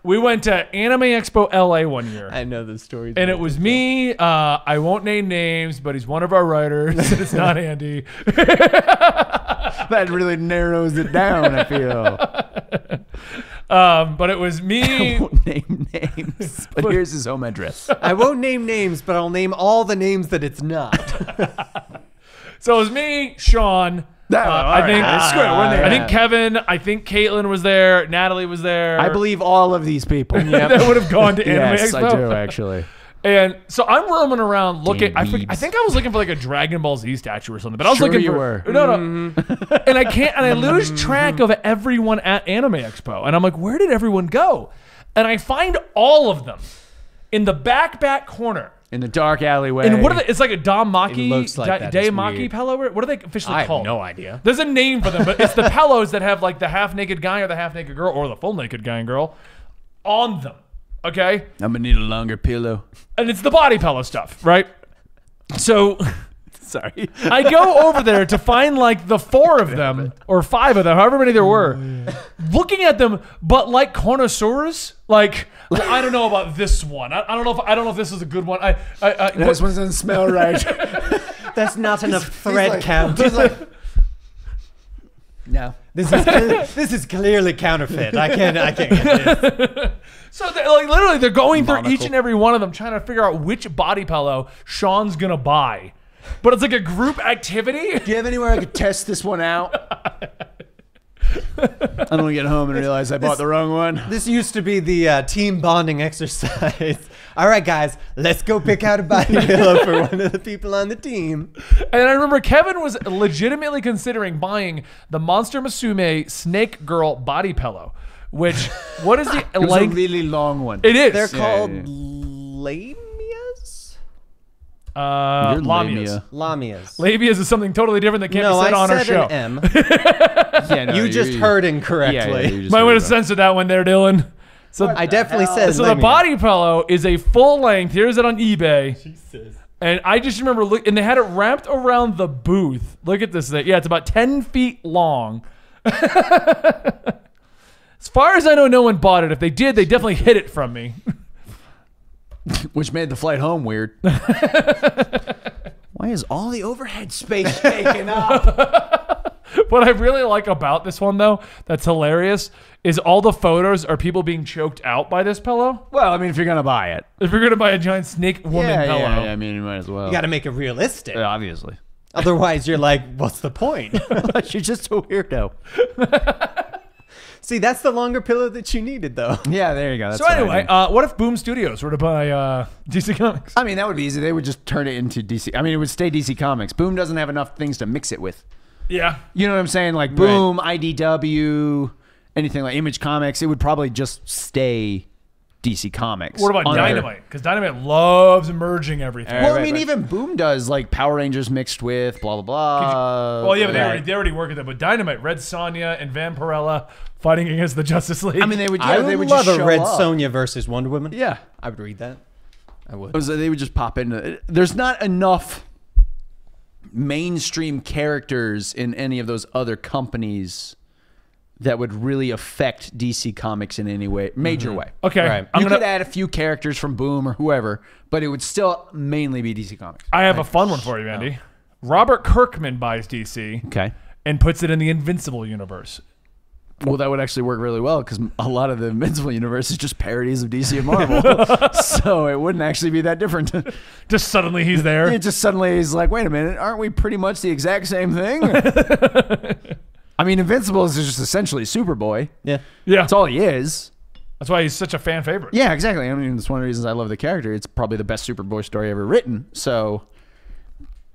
[SPEAKER 3] We went to Anime Expo LA one year.
[SPEAKER 2] I know the story.
[SPEAKER 3] And it was me. Uh, I won't name names, but he's one of our writers. (laughs) it's not Andy.
[SPEAKER 4] That really narrows it down. I feel.
[SPEAKER 3] Um, but it was
[SPEAKER 4] (laughs)
[SPEAKER 3] me.
[SPEAKER 4] Won't name names, but here's his home address.
[SPEAKER 2] I won't name names, but I'll name all the names that it's not.
[SPEAKER 3] So it was me, Sean.
[SPEAKER 4] That-
[SPEAKER 3] uh,
[SPEAKER 4] all
[SPEAKER 3] I
[SPEAKER 4] right,
[SPEAKER 3] think
[SPEAKER 4] that's good, we're there.
[SPEAKER 3] I think Kevin. I think Caitlin was there. Natalie was there.
[SPEAKER 4] I believe all of these people. (laughs)
[SPEAKER 3] that would have gone to Anime
[SPEAKER 4] yes,
[SPEAKER 3] Expo.
[SPEAKER 4] I do actually.
[SPEAKER 3] And so I'm roaming around looking. I, forg- I
[SPEAKER 2] weebs.
[SPEAKER 3] think I was looking for like a Dragon Ball Z statue or something, but I was
[SPEAKER 4] Sure
[SPEAKER 3] looking
[SPEAKER 4] you
[SPEAKER 3] for
[SPEAKER 4] were. Mm-hmm.
[SPEAKER 3] no, no. and I can't,
[SPEAKER 4] (laughs)
[SPEAKER 3] and I lose track of everyone at Anime Expo, and I'm like, where did everyone go? And I find all of them in the back back corner.
[SPEAKER 4] In the dark alleyway.
[SPEAKER 3] And what are they? It's like a Dom Maki,
[SPEAKER 2] It looks like
[SPEAKER 3] Da-
[SPEAKER 2] that.
[SPEAKER 3] Day
[SPEAKER 2] It's
[SPEAKER 3] Maki
[SPEAKER 2] weird.
[SPEAKER 3] pillow. What are they officially
[SPEAKER 2] I have
[SPEAKER 3] called?
[SPEAKER 2] no idea.
[SPEAKER 3] There's a name for them, but
[SPEAKER 2] (laughs)
[SPEAKER 3] it's the pillows that have like the half naked guy or the half naked girl or the full naked guy and girl on them. Okay,
[SPEAKER 4] I'm gonna need a longer pillow.
[SPEAKER 3] and it's the body pillow stuff, right?
[SPEAKER 2] (laughs)
[SPEAKER 3] So
[SPEAKER 4] Sorry. (laughs)
[SPEAKER 3] I go over there to find like the four of them or five of them, however many there were, looking at them, but like connoisseurs, like well, I don't know about this one. I, I don't know if I don't know if this is a good one. I, I, I
[SPEAKER 4] This one doesn't smell right.
[SPEAKER 2] (laughs)
[SPEAKER 4] (laughs)
[SPEAKER 2] That's not enough thread count.
[SPEAKER 4] no.
[SPEAKER 2] This is
[SPEAKER 4] (laughs)
[SPEAKER 2] cle- this is clearly counterfeit. I can't I can't get this.
[SPEAKER 3] So they're, like literally, they're going through each and every one of them, trying to figure out which body pillow Sean's gonna buy. But it's like a group activity. (laughs)
[SPEAKER 4] Do you have anywhere I could test this one out? I'm gonna get home and realize I bought the wrong one.
[SPEAKER 2] This used to be the uh, team bonding exercise. (laughs) All right, guys, let's go pick out a body
[SPEAKER 4] (laughs)
[SPEAKER 2] pillow for one of the people on the team.
[SPEAKER 3] And I remember Kevin was legitimately considering buying the Monster Musume Snake Girl body pillow, which what is
[SPEAKER 2] (laughs)
[SPEAKER 3] the
[SPEAKER 4] It was a
[SPEAKER 3] length?
[SPEAKER 4] really long one.
[SPEAKER 3] it is.
[SPEAKER 2] They're
[SPEAKER 4] Yeah, yeah,
[SPEAKER 2] called
[SPEAKER 4] yeah.
[SPEAKER 2] lamias.
[SPEAKER 3] uh,
[SPEAKER 4] You're
[SPEAKER 3] lamias.
[SPEAKER 4] labia.
[SPEAKER 2] Lamias.
[SPEAKER 3] Labias is something totally different that can't
[SPEAKER 2] no,
[SPEAKER 3] be said
[SPEAKER 2] I
[SPEAKER 3] on
[SPEAKER 2] said
[SPEAKER 3] our show.
[SPEAKER 2] an M. you just heard incorrectly.
[SPEAKER 3] Might want to censor that one there, Dylan. So
[SPEAKER 2] I definitely said.
[SPEAKER 3] So the
[SPEAKER 2] lamia.
[SPEAKER 3] body pillow is a full length. Here's it on eBay. And I just remember look, and they had it wrapped around the booth. Look at this thing. Yeah, it's about ten feet long. (laughs) as far as I know, no one bought it. If they did, they definitely hid it from me. (laughs)
[SPEAKER 4] which made the flight home (laughs) weird.
[SPEAKER 8] Why is all the overhead space?
[SPEAKER 3] what I really like about this one, though, that's hilarious, is all the photos are people being choked out by this pillow.
[SPEAKER 4] Well, I mean, if you're gonna buy it,
[SPEAKER 3] If you're gonna buy a giant snake woman
[SPEAKER 4] yeah,
[SPEAKER 3] pillow,
[SPEAKER 4] yeah, yeah, I mean, you might as well.
[SPEAKER 2] You got to make it realistic.
[SPEAKER 4] Yeah, obviously.
[SPEAKER 2] Otherwise, you're like, what's the point? (laughs)
[SPEAKER 8] You're just a weirdo.
[SPEAKER 2] See, that's the longer pillow that you needed, though.
[SPEAKER 4] Yeah, there you go.
[SPEAKER 3] So anyway, uh, what if Boom Studios were to buy uh, (laughs) DC Comics?
[SPEAKER 4] I mean, that would be easy. They would just turn it into DC. I mean, it would stay DC Comics. Boom doesn't have enough things to mix it with.
[SPEAKER 3] Yeah,
[SPEAKER 4] You know what I'm saying? Like Boom, IDW, anything like Image Comics. It would probably just stay DC Comics.
[SPEAKER 3] What about
[SPEAKER 4] under-
[SPEAKER 3] Dynamite? Because Dynamite loves merging everything.
[SPEAKER 4] Well, I
[SPEAKER 8] right,
[SPEAKER 4] mean,
[SPEAKER 8] right.
[SPEAKER 4] even Boom does like Power Rangers mixed with blah blah blah.
[SPEAKER 3] well, yeah, but they
[SPEAKER 4] Right.
[SPEAKER 3] already, they already work at that. But Dynamite, Red Sonya and Vampirella fighting against the Justice League.
[SPEAKER 4] I mean, they would. Yeah,
[SPEAKER 2] I
[SPEAKER 4] they
[SPEAKER 2] (laughs) would
[SPEAKER 4] would
[SPEAKER 2] love
[SPEAKER 4] just
[SPEAKER 2] a
[SPEAKER 4] show
[SPEAKER 2] Red
[SPEAKER 4] up.
[SPEAKER 2] Sonya versus Wonder Woman.
[SPEAKER 4] Yeah,
[SPEAKER 2] I would read that. I would.
[SPEAKER 4] It was- they would just pop into. There's not enough mainstream characters in any of those other companies that would really affect DC Comics in any way, major way.
[SPEAKER 3] Mm-hmm. okay,
[SPEAKER 2] Right.
[SPEAKER 3] I'm
[SPEAKER 4] you
[SPEAKER 3] gonna.
[SPEAKER 4] could add a few characters from Boom or whoever, but it would still mainly be DC Comics.
[SPEAKER 3] (laughs) I have a fun one for you, Andy. Robert Kirkman buys DC
[SPEAKER 4] Okay.
[SPEAKER 3] and puts it in the Invincible universe.
[SPEAKER 4] Well, that would actually work really well because a lot of the Invincible universe is just parodies of DC and (laughs) Marvel, so it wouldn't actually be that different. it
[SPEAKER 3] Just suddenly he's there.
[SPEAKER 4] just suddenly is like, wait a minute, aren't we pretty much the exact same (laughs) thing? I mean, Invincible is just essentially Superboy.
[SPEAKER 2] yeah.
[SPEAKER 3] yeah,
[SPEAKER 4] That's all he is.
[SPEAKER 3] that's why he's such a fan favorite.
[SPEAKER 4] Yeah, exactly. I mean, it's one of the reasons I love the character. It's probably the best Superboy story ever written. So,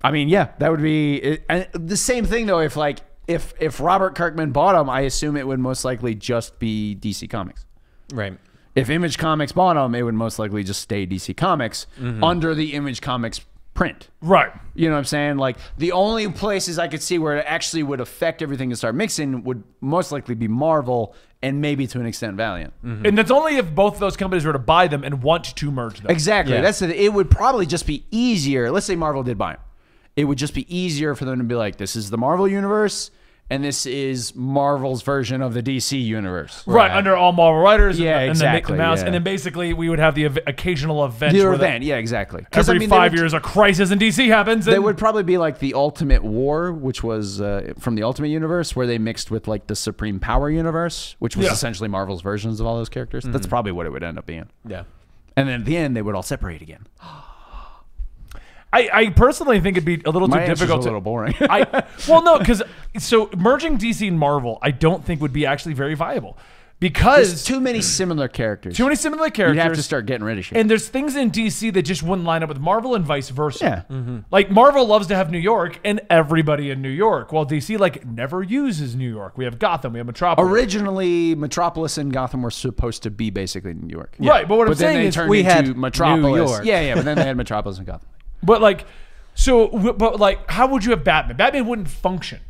[SPEAKER 4] I mean, yeah, that would be it, and the same thing though. If like if if Robert Kirkman bought him, I assume it would most likely just be DC Comics.
[SPEAKER 2] Right.
[SPEAKER 4] If Image Comics bought him, it would most likely just stay DC Comics under the Image Comics print.
[SPEAKER 3] Right.
[SPEAKER 4] You know what I'm saying? Like the only places I could see where it actually would affect everything and start mixing would most likely be Marvel and maybe to an extent Valiant.
[SPEAKER 3] And that's only if both those companies were to buy them and want to merge them.
[SPEAKER 4] Exactly.
[SPEAKER 2] Yeah.
[SPEAKER 4] That's the, it. Would probably just be easier. Let's say Marvel did buy them. It would just be easier for them to be like, "This is the Marvel universe, and this is Marvel's version of the DC universe."
[SPEAKER 3] Right, under all Marvel writers,
[SPEAKER 4] Yeah,
[SPEAKER 3] and, then make the
[SPEAKER 4] exactly,
[SPEAKER 3] mouse,
[SPEAKER 4] yeah.
[SPEAKER 3] and then basically we would have the ev- occasional event.
[SPEAKER 4] Either
[SPEAKER 3] where the-
[SPEAKER 4] event, yeah, exactly. 'Cause, I
[SPEAKER 3] every
[SPEAKER 4] mean, they
[SPEAKER 3] five
[SPEAKER 4] would-
[SPEAKER 3] years a crisis in DC happens. And
[SPEAKER 4] They would probably be like the Ultimate War, which was uh, from the Ultimate Universe, where they mixed with like the Supreme Power Universe, which was
[SPEAKER 3] Yeah.
[SPEAKER 4] essentially Marvel's versions of all those characters. That's probably what it would end up being.
[SPEAKER 2] Yeah.
[SPEAKER 4] And then at the end, they would all separate again.
[SPEAKER 3] I, I personally think it'd be a little
[SPEAKER 4] My
[SPEAKER 3] too
[SPEAKER 4] answer's a
[SPEAKER 3] difficult. to-
[SPEAKER 4] little
[SPEAKER 3] (laughs)
[SPEAKER 4] boring. (laughs)
[SPEAKER 3] I well, no, because so merging DC and Marvel, I don't think would be actually very viable because
[SPEAKER 4] There's too many similar characters.
[SPEAKER 3] too many similar
[SPEAKER 4] You'd
[SPEAKER 3] characters.
[SPEAKER 4] have to start getting rid of shit.
[SPEAKER 3] And there's things in DC that just wouldn't line up with Marvel and vice versa.
[SPEAKER 4] Yeah.
[SPEAKER 3] Like Marvel loves to have New York and everybody in New York, while DC like never uses New York. We have Gotham, we have Metropolis.
[SPEAKER 4] Originally, Metropolis and Gotham were supposed to be basically New York.
[SPEAKER 3] Right, but what I'm
[SPEAKER 4] then
[SPEAKER 3] saying
[SPEAKER 4] they
[SPEAKER 3] is
[SPEAKER 4] turned
[SPEAKER 2] we
[SPEAKER 4] into
[SPEAKER 2] had New
[SPEAKER 4] Metropolis.
[SPEAKER 2] York.
[SPEAKER 4] Yeah, yeah, but then they had Metropolis and
[SPEAKER 3] (laughs)
[SPEAKER 4] Gotham.
[SPEAKER 3] But like, so, w- but like, how would you have Batman? Batman wouldn't function.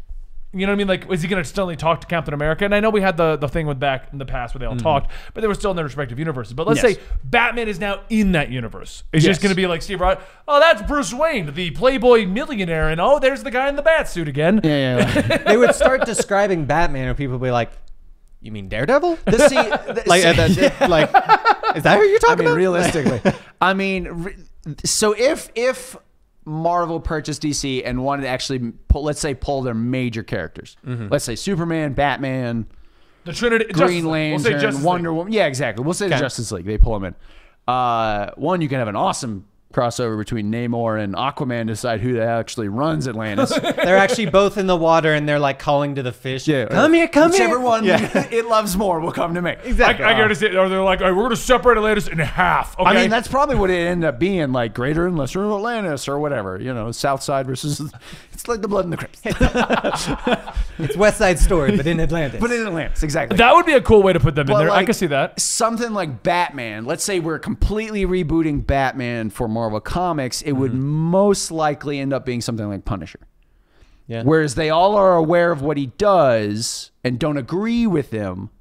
[SPEAKER 3] You know what I mean? Like, is he going to suddenly talk to Captain America? And I know we had the, the thing with back in the past where they all talked, but they were still in their respective universes. But let's
[SPEAKER 4] Mm-hmm. Yes.
[SPEAKER 3] say Batman is now in that universe. It's just
[SPEAKER 4] Yes.
[SPEAKER 3] going to be like Steve Rogers. Oh, that's Bruce Wayne, the Playboy millionaire, and oh, there's the guy in the bat suit again.
[SPEAKER 4] Yeah, yeah. yeah.
[SPEAKER 2] they would start describing Batman, and people would be like, "You mean Daredevil?"
[SPEAKER 4] The- see, the-
[SPEAKER 2] like,
[SPEAKER 4] see-
[SPEAKER 2] uh, that- (laughs) like, is that who you're
[SPEAKER 4] I
[SPEAKER 2] talking
[SPEAKER 4] mean,
[SPEAKER 2] about? (laughs)
[SPEAKER 4] realistically, I mean, re- so if if Marvel purchased DC and wanted to actually pull, let's say, pull their major characters, let's say Superman, Batman,
[SPEAKER 3] The Trinity, Mm-hmm. Justice League.
[SPEAKER 4] Green Lantern,
[SPEAKER 3] we'll say Justice League.
[SPEAKER 4] Wonder Woman. Yeah, exactly. We'll say the Justice League. They pull them in. Uh, one, you can have an awesome crossover between Namor and Aquaman. Decide who actually runs
[SPEAKER 3] (laughs)
[SPEAKER 4] Atlantis.
[SPEAKER 2] they're actually both in the water, and they're like calling to the fish.
[SPEAKER 4] Yeah,
[SPEAKER 2] come here, come
[SPEAKER 4] Whichever
[SPEAKER 2] here.
[SPEAKER 4] one (laughs) it loves more will come to me.
[SPEAKER 3] I, I gotta say, or they're like, all right, we're gonna separate Atlantis in half. Okay?
[SPEAKER 4] I mean, that's probably what it ended up being, like Greater and Lesser Atlantis or whatever. You know, South Side versus. (laughs) It's like the Blood and the
[SPEAKER 3] (laughs)
[SPEAKER 4] Crips,
[SPEAKER 2] It's West Side Story, but in Atlantis.
[SPEAKER 4] (laughs) but in Atlantis, exactly.
[SPEAKER 3] that would be a cool way to put them in
[SPEAKER 4] But,
[SPEAKER 3] there. I
[SPEAKER 4] like,
[SPEAKER 3] can see that.
[SPEAKER 4] Something like Batman. Let's say we're completely rebooting Batman for Marvel Comics. It
[SPEAKER 3] Mm-hmm.
[SPEAKER 4] would most likely end up being something like Punisher.
[SPEAKER 2] Yeah.
[SPEAKER 4] Whereas they all are aware of what he does and don't agree with him,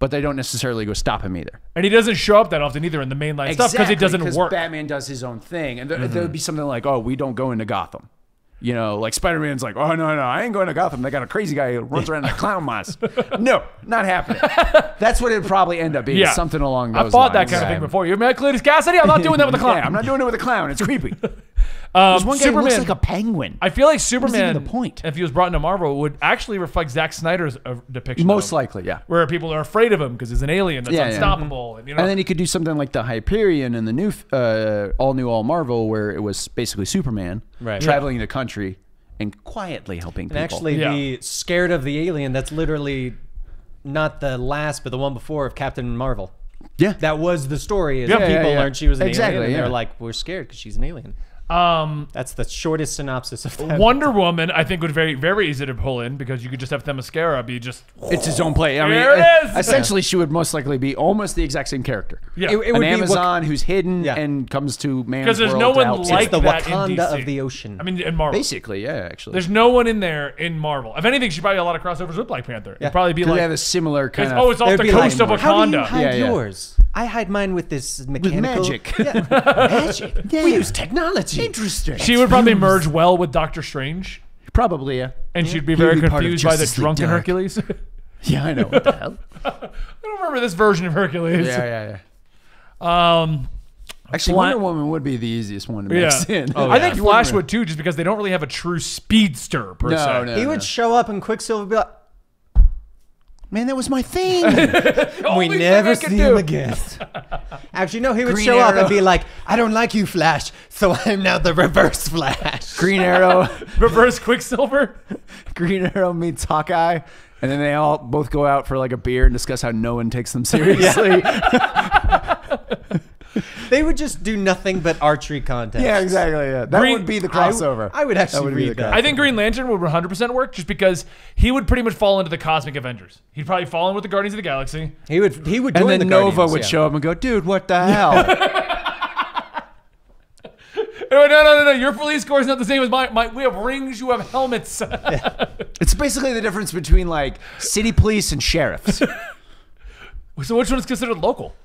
[SPEAKER 4] but they don't necessarily go stop him either.
[SPEAKER 3] And he doesn't show up that often either in the mainline stuff because it doesn't work. Mm-hmm.
[SPEAKER 4] Batman does his own thing, and there, there would be something like, "Oh, we don't go into Gotham." You know, like Spider Man's like, "Oh no, no, I ain't going to Gotham. They got a crazy guy who runs around in a clown
[SPEAKER 3] (laughs)
[SPEAKER 4] mask." no, not happening. That's what it'd probably end up being.
[SPEAKER 3] Yeah.
[SPEAKER 4] something along
[SPEAKER 3] I
[SPEAKER 4] those.
[SPEAKER 3] fought that
[SPEAKER 4] lines.
[SPEAKER 3] kind of thing before. You're mad, Cletus Cassidy? I'm not doing that with a clown.
[SPEAKER 4] (laughs) Yeah, I'm not doing it with a clown. It's
[SPEAKER 3] (laughs)
[SPEAKER 4] creepy.
[SPEAKER 3] Um,
[SPEAKER 4] One guy
[SPEAKER 3] Superman.
[SPEAKER 4] looks like a penguin.
[SPEAKER 3] I feel like
[SPEAKER 4] even
[SPEAKER 3] Superman,
[SPEAKER 4] the point?
[SPEAKER 3] if he was brought into Marvel, would actually reflect Zack Snyder's uh, depiction.
[SPEAKER 4] Most
[SPEAKER 3] of him,
[SPEAKER 4] likely, yeah.
[SPEAKER 3] Where people are afraid of him because he's an alien that's
[SPEAKER 4] Yeah, yeah.
[SPEAKER 3] unstoppable. And, you know,
[SPEAKER 4] And then he could do something like the Hyperion and the new, f- uh, all new, all Marvel, where it was basically Superman
[SPEAKER 2] Right.
[SPEAKER 4] traveling the country and quietly helping
[SPEAKER 2] and
[SPEAKER 4] people.
[SPEAKER 2] actually, the scared of the alien. That's literally not the last, but the one before of Captain Marvel.
[SPEAKER 4] yeah,
[SPEAKER 2] That was the story. Is
[SPEAKER 3] Yeah, yeah,
[SPEAKER 2] people
[SPEAKER 4] yeah.
[SPEAKER 2] learned she was an
[SPEAKER 4] Exactly,
[SPEAKER 2] alien, and
[SPEAKER 4] yeah.
[SPEAKER 2] they're like, "We're scared because she's an alien."
[SPEAKER 3] um,
[SPEAKER 2] That's the shortest synopsis of that.
[SPEAKER 3] Wonder Woman, I think, would very very easy to pull in because you could just have Themyscira be just.
[SPEAKER 4] It's his own play. I mean, uh,
[SPEAKER 3] There it is!
[SPEAKER 4] Essentially, she would most likely be almost the exact same character.
[SPEAKER 3] Yeah.
[SPEAKER 2] It- it
[SPEAKER 4] An
[SPEAKER 2] would be Wak-
[SPEAKER 4] Amazon who's hidden
[SPEAKER 2] Yeah.
[SPEAKER 4] and comes to man.
[SPEAKER 3] Because there's no one like
[SPEAKER 2] It's the
[SPEAKER 3] that in
[SPEAKER 2] Wakanda
[SPEAKER 3] DC.
[SPEAKER 2] of the ocean.
[SPEAKER 3] I mean, in Marvel.
[SPEAKER 4] Basically, yeah. Actually,
[SPEAKER 3] There's no one in there in Marvel. If anything, she probably had a lot of crossovers with Black Panther. It'd probably be
[SPEAKER 4] they have
[SPEAKER 3] like,
[SPEAKER 4] a similar kind
[SPEAKER 3] it's,
[SPEAKER 4] of.
[SPEAKER 3] oh, it's off
[SPEAKER 2] They'd
[SPEAKER 3] the
[SPEAKER 2] be
[SPEAKER 3] coast
[SPEAKER 2] like,
[SPEAKER 3] of
[SPEAKER 2] How do you
[SPEAKER 3] Wakanda.
[SPEAKER 2] hide
[SPEAKER 4] Yeah, yeah.
[SPEAKER 2] yours? I hide mine with this mechanical
[SPEAKER 4] magic.
[SPEAKER 2] Yeah, magic.
[SPEAKER 4] (laughs)
[SPEAKER 2] We use technology.
[SPEAKER 4] Interesting.
[SPEAKER 3] She would probably merge well with Doctor Strange,
[SPEAKER 4] (laughs) probably yeah.
[SPEAKER 3] and she'd be very
[SPEAKER 4] be part of
[SPEAKER 3] confused by the
[SPEAKER 4] Justice League
[SPEAKER 3] drunken
[SPEAKER 4] Dark.
[SPEAKER 3] Hercules. (laughs) I
[SPEAKER 4] Yeah, I know. What the hell?
[SPEAKER 3] don't remember this version of Hercules.
[SPEAKER 4] yeah, yeah, yeah.
[SPEAKER 3] Um,
[SPEAKER 4] Actually,
[SPEAKER 3] Fly-
[SPEAKER 4] Wonder Woman would be the easiest one to
[SPEAKER 3] yeah.
[SPEAKER 4] mix in. (laughs)
[SPEAKER 2] Oh,
[SPEAKER 3] I think Flash would too, just because they don't really have a true speedster per se.
[SPEAKER 4] No, no,
[SPEAKER 2] He
[SPEAKER 4] no.
[SPEAKER 2] would show up and Quicksilver would be like,
[SPEAKER 4] Man, that was my thing.
[SPEAKER 2] "We
[SPEAKER 3] thing
[SPEAKER 2] never
[SPEAKER 3] I could
[SPEAKER 2] see
[SPEAKER 3] do.
[SPEAKER 2] him (laughs) again." Actually, no. He would
[SPEAKER 4] Green
[SPEAKER 2] show up
[SPEAKER 4] Arrow.
[SPEAKER 2] and be like, "I don't like you, Flash, so (laughs) I'm now the Reverse Flash."
[SPEAKER 4] (laughs) Green (laughs) Arrow,
[SPEAKER 3] Reverse Quicksilver.
[SPEAKER 4] Green (laughs) Arrow meets Hawkeye, and then they all both go out for like a beer and discuss how no one takes them (laughs) seriously.
[SPEAKER 2] They would just do nothing but archery contests.
[SPEAKER 4] (laughs) Yeah, exactly. Yeah, that
[SPEAKER 3] Green-
[SPEAKER 4] would be the
[SPEAKER 2] I w-
[SPEAKER 4] crossover.
[SPEAKER 2] I would actually
[SPEAKER 4] be
[SPEAKER 2] read
[SPEAKER 4] the
[SPEAKER 2] that.
[SPEAKER 3] I think Green Lantern would 100% work, just because he would pretty much fall into the Cosmic Avengers. He'd probably fall in with the Guardians of the Galaxy.
[SPEAKER 2] He would. He would.
[SPEAKER 4] And
[SPEAKER 2] Join
[SPEAKER 4] then
[SPEAKER 2] the
[SPEAKER 4] Nova
[SPEAKER 2] Guardians,
[SPEAKER 4] would
[SPEAKER 2] yeah.
[SPEAKER 4] show up and go, "Dude, what the hell?"
[SPEAKER 3] No, no, no, no. Your police corps is not the same as my. my we have rings. You have helmets. (laughs)
[SPEAKER 4] it's basically the difference between like city police and sheriffs.
[SPEAKER 3] so which one is considered local?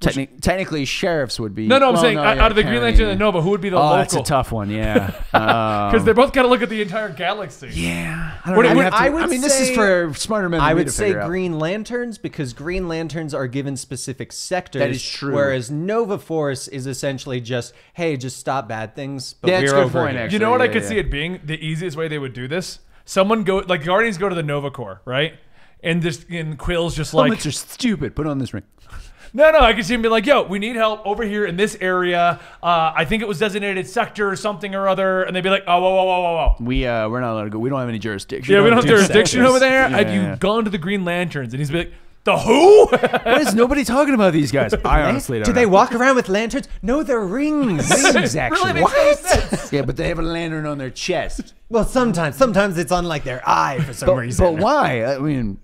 [SPEAKER 4] Techni- technically, sheriffs would be.
[SPEAKER 3] No, no. I'm
[SPEAKER 4] well,
[SPEAKER 3] saying out
[SPEAKER 4] yeah,
[SPEAKER 3] out of the Green
[SPEAKER 4] county.
[SPEAKER 3] Lantern and Nova, who would be the
[SPEAKER 4] Oh,
[SPEAKER 3] local?
[SPEAKER 4] that's a tough one. Yeah. Uh,
[SPEAKER 3] because they both got to look at the entire galaxy.
[SPEAKER 4] Um, yeah. I, don't
[SPEAKER 3] What-
[SPEAKER 4] know. I'd
[SPEAKER 3] what-
[SPEAKER 4] have to-
[SPEAKER 2] I would
[SPEAKER 4] mean, this is
[SPEAKER 2] say-
[SPEAKER 4] for smarter men. Than
[SPEAKER 2] I
[SPEAKER 4] me
[SPEAKER 2] would
[SPEAKER 4] to
[SPEAKER 2] say
[SPEAKER 4] figure out.
[SPEAKER 2] Green Lanterns because Green Lanterns are given specific sectors.
[SPEAKER 4] That is true.
[SPEAKER 2] Whereas Nova Force is essentially just, hey, just stop bad things. But
[SPEAKER 4] Yeah,
[SPEAKER 2] we're
[SPEAKER 4] that's a good
[SPEAKER 2] over
[SPEAKER 4] point,
[SPEAKER 2] here.
[SPEAKER 4] actually.
[SPEAKER 3] You know what I
[SPEAKER 4] yeah,
[SPEAKER 3] could
[SPEAKER 4] yeah.
[SPEAKER 3] see it being the easiest way they would do this? Someone go like Guardians go to the Nova Corps, right?
[SPEAKER 4] Helmets are stupid. Put on this ring.
[SPEAKER 3] No, no, I could see him be like, yo, we need help over here in this area. Uh, I think it was designated sector or something or other. And they'd be like, oh, whoa, whoa, whoa, whoa, whoa.
[SPEAKER 4] We uh, we're not allowed to go. We don't have any jurisdiction.
[SPEAKER 3] Yeah, we don't have
[SPEAKER 4] do
[SPEAKER 3] jurisdiction
[SPEAKER 4] sectors.
[SPEAKER 3] over there. Have you
[SPEAKER 4] Yeah.
[SPEAKER 3] gone to the Green Lanterns? And he's be like, the who? (laughs)
[SPEAKER 4] Why is nobody talking about these guys? I honestly don't.
[SPEAKER 2] Do (laughs)
[SPEAKER 4] know.
[SPEAKER 2] they (laughs) walk around with lanterns? No, they're rings. (laughs)
[SPEAKER 4] Rings, actually.
[SPEAKER 3] makes no sense.
[SPEAKER 4] Yeah, but they have a lantern on
[SPEAKER 2] (laughs)
[SPEAKER 4] their chest.
[SPEAKER 2] well, sometimes, sometimes it's on like their eye for some
[SPEAKER 4] but,
[SPEAKER 2] reason.
[SPEAKER 4] but why? I mean,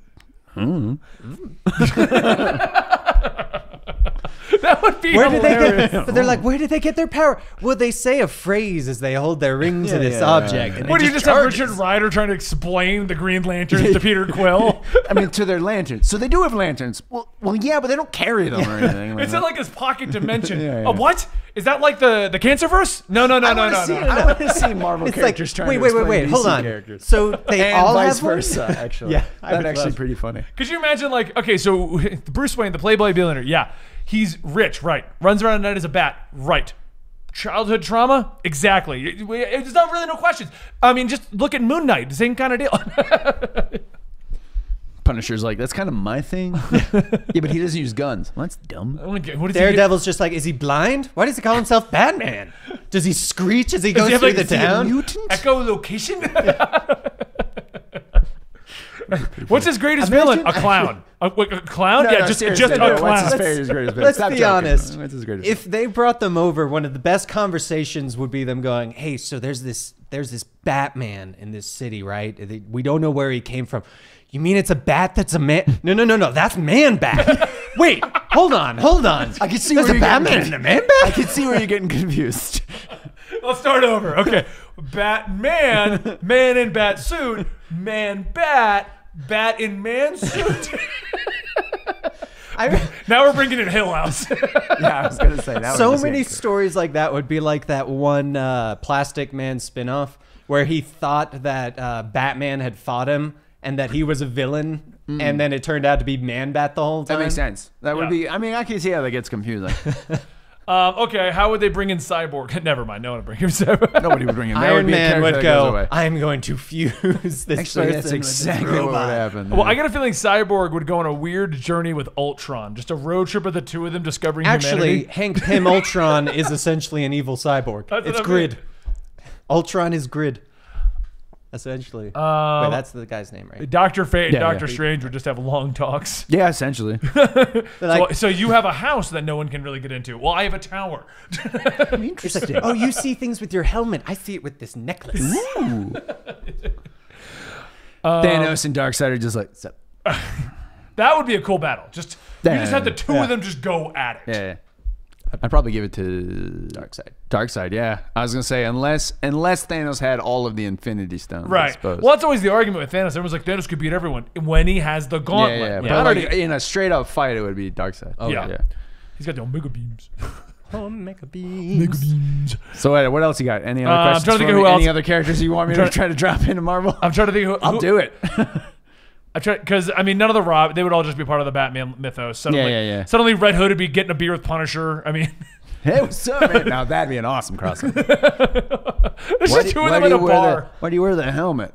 [SPEAKER 3] that would be
[SPEAKER 2] Where did they
[SPEAKER 3] hilarious.
[SPEAKER 2] get? But they're like, where did they get their power? Well, they say a phrase as they hold their rings to this
[SPEAKER 4] yeah, yeah,
[SPEAKER 2] object. and
[SPEAKER 3] What do
[SPEAKER 2] they
[SPEAKER 3] you just have Richard Ryder trying to explain the Green Lanterns to Peter Quill?
[SPEAKER 4] I mean, to their lanterns. So they do have lanterns. Well, well, yeah, but they don't carry them or anything.
[SPEAKER 3] It's in like his pocket
[SPEAKER 4] (laughs)
[SPEAKER 3] dimension.
[SPEAKER 4] Yeah, yeah.
[SPEAKER 3] Uh, what? Is that like the, the Cancerverse? No, no, no, no,
[SPEAKER 4] wanna
[SPEAKER 3] no,
[SPEAKER 4] see
[SPEAKER 3] no.
[SPEAKER 4] it. I want to see Marvel
[SPEAKER 2] It's like,
[SPEAKER 4] characters trying
[SPEAKER 2] wait,
[SPEAKER 4] to
[SPEAKER 2] wait, wait,
[SPEAKER 4] explain
[SPEAKER 2] wait,
[SPEAKER 4] DC
[SPEAKER 2] hold on.
[SPEAKER 4] Characters.
[SPEAKER 2] So they
[SPEAKER 4] and
[SPEAKER 2] all
[SPEAKER 4] vice
[SPEAKER 2] have one?
[SPEAKER 4] versa, actually. (laughs)
[SPEAKER 2] Yeah, I
[SPEAKER 4] that'd
[SPEAKER 2] would
[SPEAKER 4] actually
[SPEAKER 2] love-
[SPEAKER 4] be pretty funny.
[SPEAKER 3] Could you imagine, like, okay, so (laughs) Bruce Wayne, the Playboy billionaire, yeah, he's rich, right? Runs around at night as a bat, right? Childhood trauma, exactly. It- we- It's not really no questions. I mean, just look at Moon Knight, same kind of deal. (laughs)
[SPEAKER 4] Punisher's like, that's kind of my thing. yeah, but he doesn't use guns. Well, that's dumb.
[SPEAKER 3] Oh my God, what is
[SPEAKER 2] (laughs)
[SPEAKER 3] he-
[SPEAKER 2] Daredevil's just like, is he blind? Why does he call himself Batman? Does he screech as he goes
[SPEAKER 3] he have,
[SPEAKER 2] through
[SPEAKER 3] like,
[SPEAKER 2] the
[SPEAKER 3] is he a
[SPEAKER 2] town?
[SPEAKER 4] (laughs)
[SPEAKER 3] Echolocation. (laughs) What's his greatest villain? A clown.
[SPEAKER 4] (laughs)
[SPEAKER 3] A, wait, a clown? yeah, just, just a
[SPEAKER 4] no, what's
[SPEAKER 3] clown.
[SPEAKER 4] his greatest, greatest
[SPEAKER 2] Let's
[SPEAKER 4] Stop
[SPEAKER 2] be
[SPEAKER 4] joking.
[SPEAKER 2] honest.
[SPEAKER 4] What's his greatest
[SPEAKER 2] If they brought them over, one of the best conversations would be them going, "Hey, so there's this there's this Batman in this city, right? They- We don't know where he came from. You mean it's a bat that's a man? No, no, no, no. That's man
[SPEAKER 4] (laughs)
[SPEAKER 2] bat. Wait, hold on, hold on.
[SPEAKER 4] I can see
[SPEAKER 2] there's
[SPEAKER 4] where
[SPEAKER 2] a
[SPEAKER 4] you're getting
[SPEAKER 2] Batman
[SPEAKER 4] confused.
[SPEAKER 2] and a man
[SPEAKER 4] I
[SPEAKER 2] bat.
[SPEAKER 4] can see where you're getting confused. (laughs)
[SPEAKER 3] Let's start over. Okay. Batman, man in bat suit, man bat, bat in man suit.
[SPEAKER 2] I,
[SPEAKER 3] (laughs) now we're bringing in Hill House.
[SPEAKER 4] yeah, I was gonna say that.
[SPEAKER 2] so
[SPEAKER 4] was
[SPEAKER 2] many stories like that would be like that one uh, Plastic Man spinoff where he thought that uh, Batman had fought him and that he was a villain, and then it turned out to be Man Bat the whole time.
[SPEAKER 4] That makes sense. That
[SPEAKER 3] Yeah.
[SPEAKER 4] would be. I mean, I can see how that gets
[SPEAKER 2] (laughs)
[SPEAKER 4] confusing.
[SPEAKER 3] (laughs) um, okay, how would they bring in Cyborg? (laughs) Never mind. No one would bring him (laughs) Cyborg.
[SPEAKER 4] Nobody would bring him. That
[SPEAKER 2] Iron
[SPEAKER 4] would be a
[SPEAKER 2] Man
[SPEAKER 4] character
[SPEAKER 2] would
[SPEAKER 4] that goes
[SPEAKER 2] go.
[SPEAKER 4] away.
[SPEAKER 2] I'm going to fuse this person
[SPEAKER 4] Actually, that's
[SPEAKER 2] with this
[SPEAKER 4] exactly what would
[SPEAKER 2] robot."
[SPEAKER 4] happen.
[SPEAKER 3] Well, I got a feeling Cyborg would go on a weird journey with Ultron, just a road trip of the two of them discovering
[SPEAKER 2] Actually,
[SPEAKER 3] humanity.
[SPEAKER 2] Hank Pym Ultron is essentially an evil cyborg.
[SPEAKER 3] That's what
[SPEAKER 2] it's
[SPEAKER 3] I mean.
[SPEAKER 2] Grid. Ultron is Grid. Essentially.
[SPEAKER 3] Uh,
[SPEAKER 2] Wait, that's the guy's name, right?
[SPEAKER 3] Doctor Fate and
[SPEAKER 4] Yeah, yeah.
[SPEAKER 3] Doctor Strange would just have long talks.
[SPEAKER 4] yeah,
[SPEAKER 3] (laughs)
[SPEAKER 4] essentially.
[SPEAKER 2] They're like,
[SPEAKER 3] so, so you have a house that no one can really get into. Well, I have a tower.
[SPEAKER 2] It's like, oh, you see things with your helmet. I see it with this necklace.
[SPEAKER 3] Um,
[SPEAKER 4] Thanos and Darkseid are just like. "Sup?"
[SPEAKER 3] That would be a cool battle. Just you just
[SPEAKER 4] Yeah.
[SPEAKER 3] have the two of them just go at it.
[SPEAKER 4] Yeah, yeah. I'd probably give it to Darkseid. Darkseid, yeah. I was gonna say unless unless Thanos had all of the Infinity Stones, I
[SPEAKER 3] Right.
[SPEAKER 4] suppose.
[SPEAKER 3] Well, that's always the argument with Thanos. Everyone's like, Thanos could beat everyone when he has the
[SPEAKER 4] yeah,
[SPEAKER 3] gauntlet.
[SPEAKER 4] yeah. yeah.
[SPEAKER 3] How
[SPEAKER 4] But
[SPEAKER 3] did
[SPEAKER 4] like
[SPEAKER 3] he-
[SPEAKER 4] in a straight up fight, it would be Darkseid. Oh
[SPEAKER 3] e- Yeah. yeah. he's got the Omega beams. (laughs)
[SPEAKER 2] oh, mega beams.
[SPEAKER 4] So uh, what else you got? Any other
[SPEAKER 3] Uh, I'm
[SPEAKER 4] questions?
[SPEAKER 3] trying to think
[SPEAKER 4] for
[SPEAKER 3] of
[SPEAKER 4] me?
[SPEAKER 3] who else-
[SPEAKER 4] Any other characters you want me to try to drop into Marvel?
[SPEAKER 3] I'm trying to think who.
[SPEAKER 4] (laughs) I'll
[SPEAKER 3] who-
[SPEAKER 4] do
[SPEAKER 3] (laughs)
[SPEAKER 4] it.
[SPEAKER 3] I try because I mean none of the Rob. They would all just be part of the Batman mythos. Suddenly,
[SPEAKER 4] Yeah, yeah, yeah.
[SPEAKER 3] Suddenly, Red Hood would be getting a beer with Punisher. I mean, (laughs)
[SPEAKER 4] hey, what's up, man? Now that'd be an awesome crossover.
[SPEAKER 3] there's
[SPEAKER 4] Why
[SPEAKER 3] just
[SPEAKER 4] do-
[SPEAKER 3] two of
[SPEAKER 4] why
[SPEAKER 3] them
[SPEAKER 4] do
[SPEAKER 3] in a
[SPEAKER 4] you wear the-
[SPEAKER 3] bar.
[SPEAKER 4] why do you wear the helmet?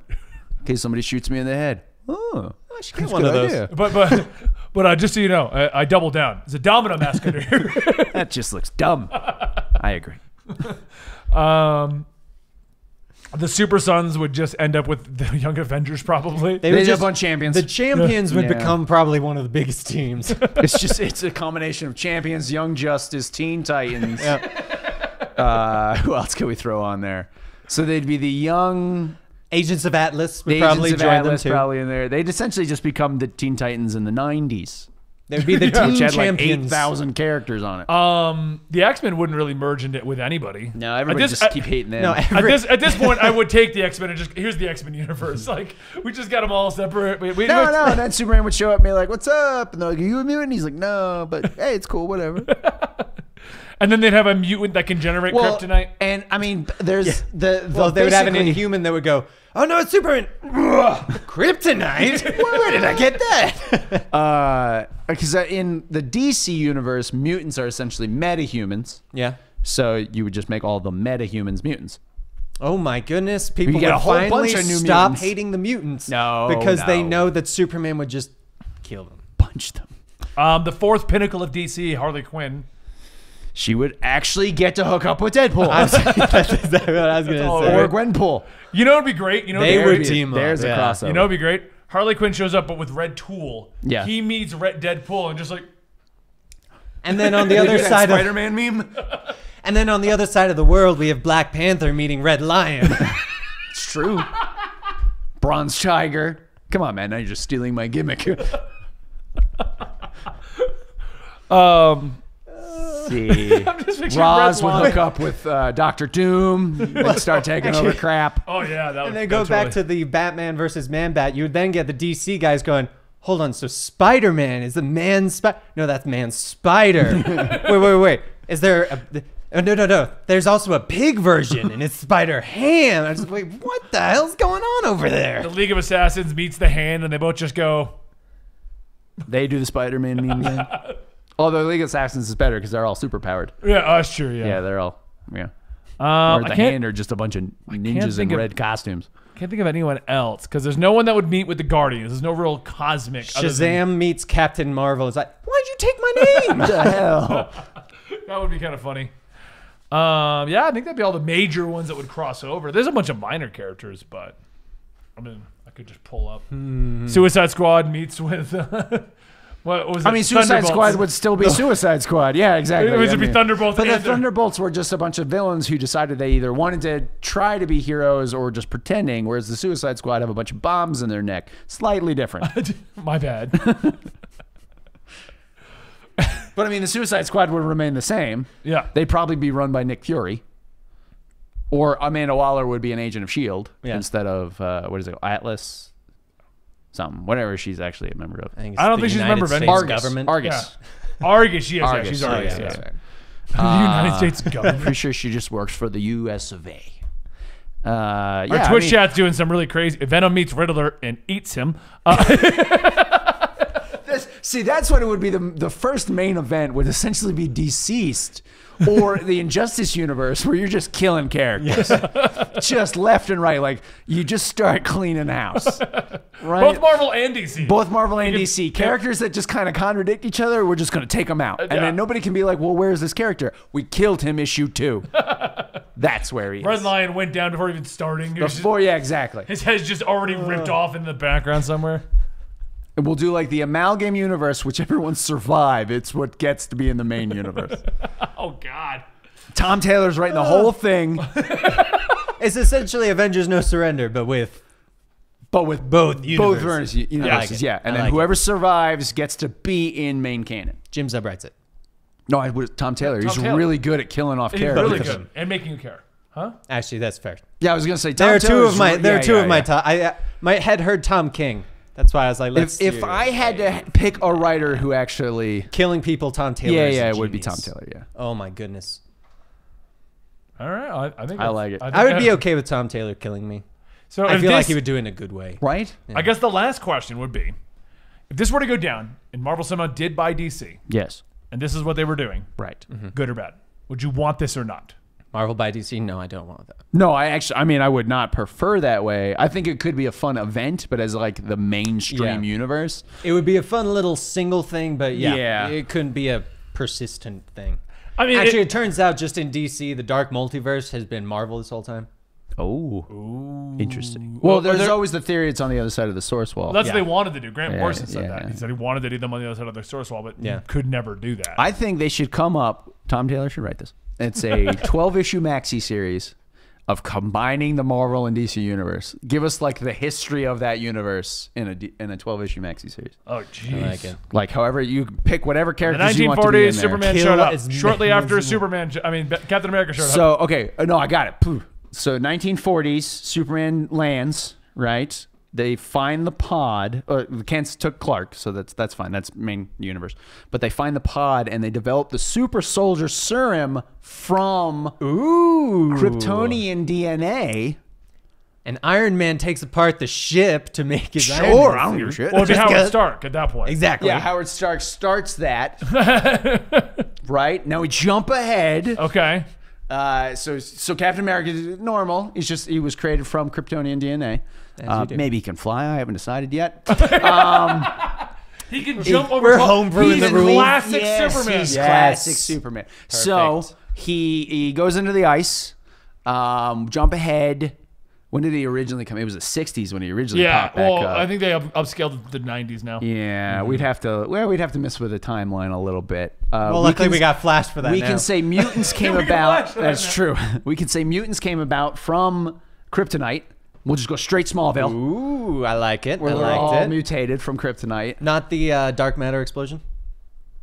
[SPEAKER 4] In case somebody shoots me in the head. Oh, I should get
[SPEAKER 2] one of those.
[SPEAKER 3] But but (laughs) but uh, just so you know, I, I double down. It's a domino mask under here.
[SPEAKER 4] That just looks dumb. I agree.
[SPEAKER 3] (laughs) Um, the Super Sons would just end up with the Young Avengers probably.
[SPEAKER 2] They
[SPEAKER 4] They
[SPEAKER 2] would
[SPEAKER 4] end
[SPEAKER 2] just,
[SPEAKER 4] up on champions.
[SPEAKER 2] the champions would
[SPEAKER 4] Yeah.
[SPEAKER 2] become probably one of the biggest teams.
[SPEAKER 4] (laughs) it's just it's a combination of champions, Young Justice, Teen Titans. Uh, (laughs) who else could we throw on there? So they'd be the young
[SPEAKER 2] Agents of Atlas would
[SPEAKER 4] the
[SPEAKER 2] probably
[SPEAKER 4] Agents
[SPEAKER 2] join
[SPEAKER 4] of Atlas
[SPEAKER 2] them too.
[SPEAKER 4] probably in there. They'd essentially just become the Teen Titans in the '90s,
[SPEAKER 2] They would be
[SPEAKER 4] (laughs)
[SPEAKER 2] the team
[SPEAKER 4] which had like eight
[SPEAKER 2] champions. Uh,
[SPEAKER 4] thousand characters on it.
[SPEAKER 3] um, the X Men wouldn't really merge into with anybody.
[SPEAKER 4] no,
[SPEAKER 3] At
[SPEAKER 4] everybody
[SPEAKER 3] this-
[SPEAKER 4] just
[SPEAKER 3] at-
[SPEAKER 4] keep hating them. (laughs)
[SPEAKER 2] no,
[SPEAKER 3] (laughs) At
[SPEAKER 2] every,
[SPEAKER 3] this, at this point, I would take the X Men and just here's the X
[SPEAKER 4] (laughs)
[SPEAKER 3] Men universe. Like we just got them all separate. We, we,
[SPEAKER 4] no, no. And then Superman would show up and be like, "What's up?" And they're like, "You a mutant?" He's like, "No,
[SPEAKER 2] (laughs)
[SPEAKER 4] but hey, it's cool, whatever."
[SPEAKER 3] And then they'd have a mutant that can generate kryptonite.
[SPEAKER 4] and I mean, there's the, the
[SPEAKER 2] well, they would have an
[SPEAKER 4] basically-
[SPEAKER 2] inhuman that would go, oh no, it's Superman. Kryptonite? Where did I get that?
[SPEAKER 4] because uh, in the DC universe, mutants are essentially metahumans.
[SPEAKER 2] yeah.
[SPEAKER 4] So you would just make all the metahumans mutants.
[SPEAKER 2] Oh my goodness! People
[SPEAKER 4] get
[SPEAKER 2] would
[SPEAKER 4] a whole bunch
[SPEAKER 2] finally
[SPEAKER 4] of New
[SPEAKER 2] stop
[SPEAKER 4] Mutants.
[SPEAKER 2] hating the mutants.
[SPEAKER 4] No,
[SPEAKER 2] because they
[SPEAKER 4] no.
[SPEAKER 2] know that Superman would just kill them.
[SPEAKER 4] Punch them.
[SPEAKER 3] Um, the fourth pinnacle of DC, Harley Quinn.
[SPEAKER 4] She would actually get to hook up with
[SPEAKER 2] (laughs)
[SPEAKER 4] Deadpool
[SPEAKER 2] That's exactly what I was gonna say.
[SPEAKER 4] or Gwenpool.
[SPEAKER 3] You know it'd be great. You know
[SPEAKER 2] They
[SPEAKER 3] it'd
[SPEAKER 2] would
[SPEAKER 3] be great?
[SPEAKER 2] team up.
[SPEAKER 4] There's
[SPEAKER 2] yeah.
[SPEAKER 4] a crossover.
[SPEAKER 3] You know it'd be great. Harley Quinn shows up, but with Red Tool.
[SPEAKER 4] Yeah.
[SPEAKER 3] He meets Red Deadpool and just like
[SPEAKER 2] And then on
[SPEAKER 3] (laughs)
[SPEAKER 2] the other side of
[SPEAKER 4] Spider-Man meme.
[SPEAKER 2] and then on the other side of the world, we have Black Panther meeting Red
[SPEAKER 3] (laughs)
[SPEAKER 2] Lion.
[SPEAKER 4] It's true. Bronze Tiger. Come on, man. Now you're just stealing my gimmick.
[SPEAKER 3] (laughs) um.
[SPEAKER 4] See.
[SPEAKER 3] I'm just picturing
[SPEAKER 4] Roz
[SPEAKER 3] Roz
[SPEAKER 4] would hook up with uh, Doctor Doom and start taking over crap.
[SPEAKER 3] Oh yeah, that.
[SPEAKER 2] and then go back to the Batman versus Man Bat. You would then get the DC guys going. Hold on, so Spider Man is the man spider? No, that's Man
[SPEAKER 3] (laughs)
[SPEAKER 2] Spider. wait, wait, wait. Is there a? Oh, no, no, no. There's also a pig version, and it's Spider Ham. I was like, wait, what the hell's going on over there?
[SPEAKER 3] the League of Assassins meets the Hand, and they both just go.
[SPEAKER 4] They do the Spider-Man meme thing. Although League of Assassins is better because they're all superpowered.
[SPEAKER 3] Yeah, oh, that's true.
[SPEAKER 4] Yeah,
[SPEAKER 3] Yeah.
[SPEAKER 4] they're all yeah.
[SPEAKER 3] Um,
[SPEAKER 4] Or
[SPEAKER 3] I
[SPEAKER 4] the
[SPEAKER 3] can't,
[SPEAKER 4] hand are just a bunch of
[SPEAKER 3] can't
[SPEAKER 4] ninjas
[SPEAKER 3] think
[SPEAKER 4] in
[SPEAKER 3] of-
[SPEAKER 4] red costumes.
[SPEAKER 3] can't think of anyone else because there's no one that would meet with the Guardians. There's no real cosmic. other than-
[SPEAKER 2] Shazam meets Captain Marvel. It's like, why'd you take my name?
[SPEAKER 4] What the (laughs) hell?
[SPEAKER 3] That would be kind of funny. Um, yeah, I think that'd be all the major ones that would cross over. There's a bunch of minor characters, but I mean, I could just pull up.
[SPEAKER 4] Hmm.
[SPEAKER 3] Suicide Squad meets with (laughs) what was?
[SPEAKER 4] I
[SPEAKER 3] it?
[SPEAKER 4] mean, Suicide
[SPEAKER 3] Thunderbolts.
[SPEAKER 4] Squad would still be Suicide Squad. Yeah, exactly.
[SPEAKER 3] It would
[SPEAKER 4] I
[SPEAKER 3] be
[SPEAKER 4] mean-
[SPEAKER 3] Thunderbolts.
[SPEAKER 4] But the
[SPEAKER 3] and Thunder-
[SPEAKER 4] Thunderbolts were just a bunch of villains who decided they either wanted to try to be heroes or just pretending, whereas the Suicide Squad have a bunch of bombs in their neck. Slightly
[SPEAKER 3] (laughs)
[SPEAKER 4] different.
[SPEAKER 3] my bad.
[SPEAKER 4] but I mean, the Suicide Squad would remain the same.
[SPEAKER 3] Yeah.
[SPEAKER 4] They'd probably be run by Nick Fury. Or Amanda Waller would be an agent of S.H.I.E.L.D.
[SPEAKER 2] Yeah.
[SPEAKER 4] E instead of, uh, what is it, Atlas? Something, whatever she's actually a member of.
[SPEAKER 2] think
[SPEAKER 3] I don't think she's a member of any-
[SPEAKER 2] States
[SPEAKER 3] Argus.
[SPEAKER 2] government.
[SPEAKER 4] Argus.
[SPEAKER 3] Argus, yes, yeah,
[SPEAKER 4] Argus,
[SPEAKER 3] she's
[SPEAKER 4] yeah,
[SPEAKER 3] Argus.
[SPEAKER 4] yeah, Ah.
[SPEAKER 3] yes.
[SPEAKER 4] yeah.
[SPEAKER 3] (laughs) The United
[SPEAKER 4] (laughs)
[SPEAKER 3] States government.
[SPEAKER 4] Uh, Pretty sure she just works for the U.S. of A. Uh, yeah,
[SPEAKER 3] Our
[SPEAKER 4] I
[SPEAKER 3] Twitch
[SPEAKER 4] mean-
[SPEAKER 3] chat's doing some really crazy. Venom meets Riddler and eats him. Uh,
[SPEAKER 4] That's- see, that's what it would be. The, the first main event would essentially be deceased
[SPEAKER 3] (laughs)
[SPEAKER 4] or the Injustice universe where you're just killing characters. (laughs) just left and right. Like, you just start cleaning house. Right?
[SPEAKER 3] (laughs) both Marvel and DC.
[SPEAKER 4] Both Marvel and
[SPEAKER 3] You-
[SPEAKER 4] DC. Characters that just kind of contradict each other, we're just going to take them out. And
[SPEAKER 3] Uh, yeah.
[SPEAKER 4] then nobody can be like, well, where's this character? We killed him, issue
[SPEAKER 3] (laughs)
[SPEAKER 4] two. that's where he
[SPEAKER 3] Red
[SPEAKER 4] is.
[SPEAKER 3] Lion went down before even starting. It was just-
[SPEAKER 4] Before, yeah, exactly.
[SPEAKER 3] his head's just already ripped off in the background somewhere.
[SPEAKER 4] And we'll do like the amalgam universe, whichever ones survive, it's what gets to be in the
[SPEAKER 2] (laughs)
[SPEAKER 4] main universe.
[SPEAKER 3] Oh God.
[SPEAKER 4] Tom Taylor's writing the whole thing,
[SPEAKER 2] It's essentially Avengers No Surrender, but with
[SPEAKER 4] but with
[SPEAKER 2] both
[SPEAKER 4] both
[SPEAKER 2] universes.
[SPEAKER 4] versions. universes,
[SPEAKER 2] like it.
[SPEAKER 4] yeah.
[SPEAKER 2] I
[SPEAKER 4] And then
[SPEAKER 2] like it.
[SPEAKER 4] whoever survives gets to be in main canon.
[SPEAKER 2] Jim Zub writes it.
[SPEAKER 4] No, I would Tom Taylor. he's
[SPEAKER 3] Taylor.
[SPEAKER 4] really good at
[SPEAKER 2] (laughs)
[SPEAKER 4] killing off
[SPEAKER 3] He's
[SPEAKER 4] characters.
[SPEAKER 3] really good and making you care. Huh?
[SPEAKER 2] Actually, that's fair.
[SPEAKER 4] Yeah, I was gonna say Tom
[SPEAKER 2] There are two
[SPEAKER 4] Taylor's
[SPEAKER 2] of my.
[SPEAKER 4] re-
[SPEAKER 2] There
[SPEAKER 4] yeah,
[SPEAKER 2] are two
[SPEAKER 4] yeah,
[SPEAKER 2] of my
[SPEAKER 4] yeah.
[SPEAKER 2] top. I uh, my head heard Tom King. That's why I was like, let's.
[SPEAKER 4] If, if
[SPEAKER 2] do-
[SPEAKER 4] I had to pick a writer who actually,
[SPEAKER 2] killing people, Tom Taylor.
[SPEAKER 4] yeah,
[SPEAKER 2] is a
[SPEAKER 4] yeah, it would be Tom
[SPEAKER 2] genius.
[SPEAKER 4] Taylor. Yeah,
[SPEAKER 2] Oh my goodness,
[SPEAKER 3] All right. I, I think
[SPEAKER 4] I
[SPEAKER 3] that's-
[SPEAKER 4] like it.
[SPEAKER 3] think
[SPEAKER 2] I would
[SPEAKER 3] that-
[SPEAKER 2] be okay with Tom Taylor killing me.
[SPEAKER 3] So
[SPEAKER 2] I
[SPEAKER 3] if
[SPEAKER 2] feel like
[SPEAKER 3] this-
[SPEAKER 2] he would do it in a good way.
[SPEAKER 4] right?
[SPEAKER 3] I guess the last question would be, if this were to go down and Marvel somehow did buy DC,
[SPEAKER 4] Yes,
[SPEAKER 3] and this is what they were doing,
[SPEAKER 4] right.
[SPEAKER 2] Mm-hmm.
[SPEAKER 3] good or bad, would you want this or not?
[SPEAKER 2] Marvel by DC. No, I don't want that.
[SPEAKER 4] No, I actually, I mean, I would not prefer that way. I think it could be a fun event, but as like the mainstream
[SPEAKER 2] Yeah.
[SPEAKER 4] universe,
[SPEAKER 2] It would be a fun little single thing, but yeah,
[SPEAKER 4] Yeah.
[SPEAKER 2] it couldn't be a persistent thing.
[SPEAKER 3] I mean,
[SPEAKER 2] Actually,
[SPEAKER 3] it-
[SPEAKER 2] it, turns out just in DC, the Dark Multiverse has been Marvel this whole time.
[SPEAKER 4] Oh. Interesting. Well,
[SPEAKER 3] Well,
[SPEAKER 4] there's
[SPEAKER 3] there-
[SPEAKER 4] always the theory it's on the other side of the source wall.
[SPEAKER 3] that's
[SPEAKER 2] Yeah.
[SPEAKER 3] what they wanted to do. Grant
[SPEAKER 4] Yeah,
[SPEAKER 3] Morrison said
[SPEAKER 4] yeah.
[SPEAKER 3] that. He said he wanted to do them on the other side of the source wall, but
[SPEAKER 2] Yeah.
[SPEAKER 3] could never do that.
[SPEAKER 4] I think they should come up. Tom Taylor should write this. It's a 12 issue maxi series of combining the Marvel and DC universe. Give us like the history of that universe in a D- in a 12 issue maxi series.
[SPEAKER 3] oh, jeez.
[SPEAKER 2] I like it.
[SPEAKER 4] Like however you pick whatever
[SPEAKER 3] The
[SPEAKER 4] characters you want to be in
[SPEAKER 3] 1940s,
[SPEAKER 4] there.
[SPEAKER 3] Superman
[SPEAKER 2] Kill
[SPEAKER 3] showed up.
[SPEAKER 2] as
[SPEAKER 3] Shortly
[SPEAKER 2] many
[SPEAKER 3] after
[SPEAKER 2] as you
[SPEAKER 3] Superman, I mean, Captain America showed up.
[SPEAKER 4] So okay, uh, no, I got it. Poof. So 1940s, Superman lands. Right, they find the pod. Or Kent took Clark, so that's that's fine. That's main universe. But they find the pod and they develop the super soldier serum from
[SPEAKER 2] Ooh,
[SPEAKER 4] Kryptonian DNA.
[SPEAKER 2] And Iron Man takes apart the ship to make his Iron Man
[SPEAKER 4] I don't give a shit.
[SPEAKER 3] Well, it'd be
[SPEAKER 2] Just
[SPEAKER 3] Howard
[SPEAKER 2] get-
[SPEAKER 3] Stark at that point.
[SPEAKER 2] Exactly.
[SPEAKER 4] yeah, Howard
[SPEAKER 3] (laughs)
[SPEAKER 4] Stark starts that. right now, we jump ahead.
[SPEAKER 3] Okay.
[SPEAKER 4] Uh, so so Captain America is normal. He's just he was created from Kryptonian DNA. Uh, maybe he can fly. I haven't
[SPEAKER 2] (laughs)
[SPEAKER 4] decided yet.
[SPEAKER 3] He can jump over.
[SPEAKER 2] we're
[SPEAKER 3] top-
[SPEAKER 2] homebrewing
[SPEAKER 3] he's
[SPEAKER 2] the rules.
[SPEAKER 3] Classic
[SPEAKER 9] Yes,
[SPEAKER 3] Superman.
[SPEAKER 9] he's-
[SPEAKER 4] classic
[SPEAKER 9] Yes.
[SPEAKER 4] Superman. So he he goes into the ice. Um, jump ahead. When did he originally come? It was the '60s when he originally
[SPEAKER 3] yeah.
[SPEAKER 4] popped back
[SPEAKER 3] Well,
[SPEAKER 4] up.
[SPEAKER 3] I think they up- upscaled the '90s now. (laughs)
[SPEAKER 2] Mm-hmm.
[SPEAKER 4] yeah, we'd have to. Well, we'd have to mess with the timeline a little bit. Uh,
[SPEAKER 2] Well,
[SPEAKER 4] we
[SPEAKER 2] luckily
[SPEAKER 4] can-
[SPEAKER 2] we got Flash for that.
[SPEAKER 4] we
[SPEAKER 2] now.
[SPEAKER 4] can say
[SPEAKER 2] (laughs)
[SPEAKER 4] mutants came
[SPEAKER 3] We can
[SPEAKER 4] about.
[SPEAKER 3] watch that
[SPEAKER 4] That's true. We can say mutants came about from kryptonite. We'll just go straight Smallville.
[SPEAKER 2] Ooh, I like it. I
[SPEAKER 4] We're all
[SPEAKER 2] liked it.
[SPEAKER 4] mutated from kryptonite.
[SPEAKER 2] Not the uh, dark matter explosion.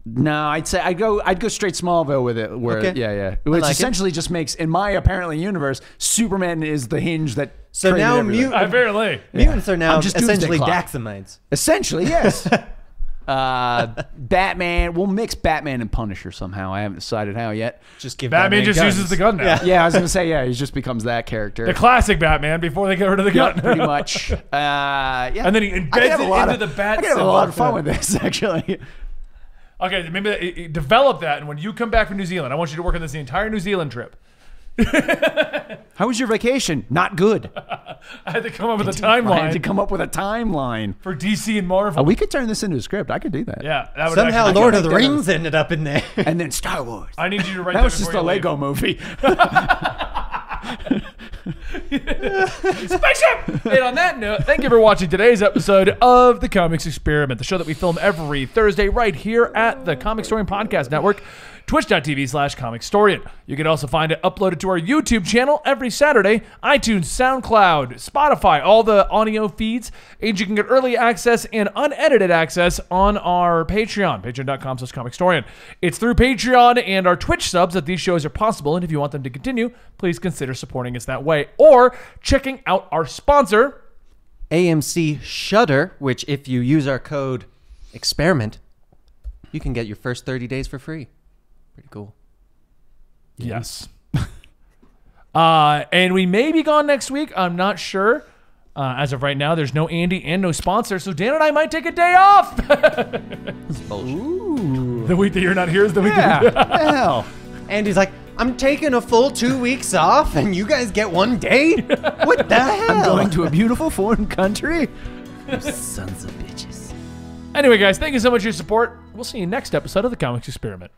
[SPEAKER 4] No, I'd say I'd go I'd go straight Smallville with it. Where
[SPEAKER 2] Okay.
[SPEAKER 4] yeah, yeah, which
[SPEAKER 2] like it.
[SPEAKER 4] essentially just makes in my apparently universe, Superman is the hinge that.
[SPEAKER 2] So
[SPEAKER 4] created
[SPEAKER 2] now
[SPEAKER 4] everything.
[SPEAKER 2] mute-
[SPEAKER 3] Apparently.
[SPEAKER 2] Mutants are now
[SPEAKER 4] I'm just Doomsday
[SPEAKER 2] essentially
[SPEAKER 4] Clock.
[SPEAKER 2] Daxamites. (laughs)
[SPEAKER 4] essentially yes. (laughs) uh, Batman, we'll mix Batman and Punisher somehow. I haven't decided
[SPEAKER 2] (laughs)
[SPEAKER 4] how yet.
[SPEAKER 2] Just give
[SPEAKER 3] Batman just
[SPEAKER 2] guns.
[SPEAKER 3] uses the gun now.
[SPEAKER 4] Yeah, I was gonna say yeah, he just becomes that character.
[SPEAKER 3] The classic Batman before they get rid of the
[SPEAKER 4] Yeah,
[SPEAKER 3] gun. (laughs)
[SPEAKER 4] pretty much. Uh, yeah,
[SPEAKER 3] And then he
[SPEAKER 4] I could
[SPEAKER 3] embeds
[SPEAKER 4] have a
[SPEAKER 3] it
[SPEAKER 4] lot
[SPEAKER 3] into
[SPEAKER 4] of-
[SPEAKER 3] the bat
[SPEAKER 4] I could have a
[SPEAKER 3] symbol.
[SPEAKER 4] lot of fun with this (laughs) actually.
[SPEAKER 3] okay, maybe that, eh, eh, develop that, and when you come back from New Zealand, I want you to work on this the entire New Zealand trip. (laughs)
[SPEAKER 4] How was your vacation? Not
[SPEAKER 3] (laughs)
[SPEAKER 4] good.
[SPEAKER 3] I had to come up with a
[SPEAKER 4] I had
[SPEAKER 3] timeline
[SPEAKER 4] to come up with a timeline.
[SPEAKER 3] for DC and Marvel.
[SPEAKER 4] Uh, we could turn this into a script. I could do that.
[SPEAKER 3] yeah, that would
[SPEAKER 2] Somehow
[SPEAKER 3] actually-
[SPEAKER 2] Lord of the
[SPEAKER 4] make that
[SPEAKER 2] Rings ended up in there. (laughs)
[SPEAKER 4] And then Star Wars.
[SPEAKER 3] I need you to write that.
[SPEAKER 4] That was just
[SPEAKER 3] before
[SPEAKER 4] a
[SPEAKER 3] you leave.
[SPEAKER 4] Lego
[SPEAKER 3] (laughs)
[SPEAKER 4] movie.
[SPEAKER 3] spaceship. and on that note, thank you for watching today's episode of the Comics Experiment, the show that we film every Thursday right here at the Comic Story Podcast Network. Twitch.tv slash comicstorian. You can also find it uploaded to our YouTube channel every Saturday, iTunes, SoundCloud, Spotify, all the audio feeds. And you can get early access and unedited access on our Patreon, patreon.com slash comicstorian. It's through Patreon and our Twitch subs that these shows are possible. And if you want them to continue, please consider supporting us that way or checking out our sponsor.
[SPEAKER 2] AMC Shutter, which if you use our code experiment, you can get your first 30 days for free. Pretty cool.
[SPEAKER 3] Yes. (laughs) uh, and we may be gone next week. I'm not sure. Uh, as of right now, there's no Andy and no sponsor, so Dan and I might take a day off. (laughs) The week that you're not here is the week.
[SPEAKER 4] yeah.
[SPEAKER 3] That
[SPEAKER 4] What the hell?
[SPEAKER 2] And he's like, I'm taking a full two weeks off and you guys get one day? What the
[SPEAKER 3] (laughs)
[SPEAKER 2] hell?
[SPEAKER 4] I'm going to a beautiful foreign country.
[SPEAKER 9] Sons of bitches.
[SPEAKER 3] anyway, guys, thank you so much for your support. We'll see you next episode of the Comics Experiment.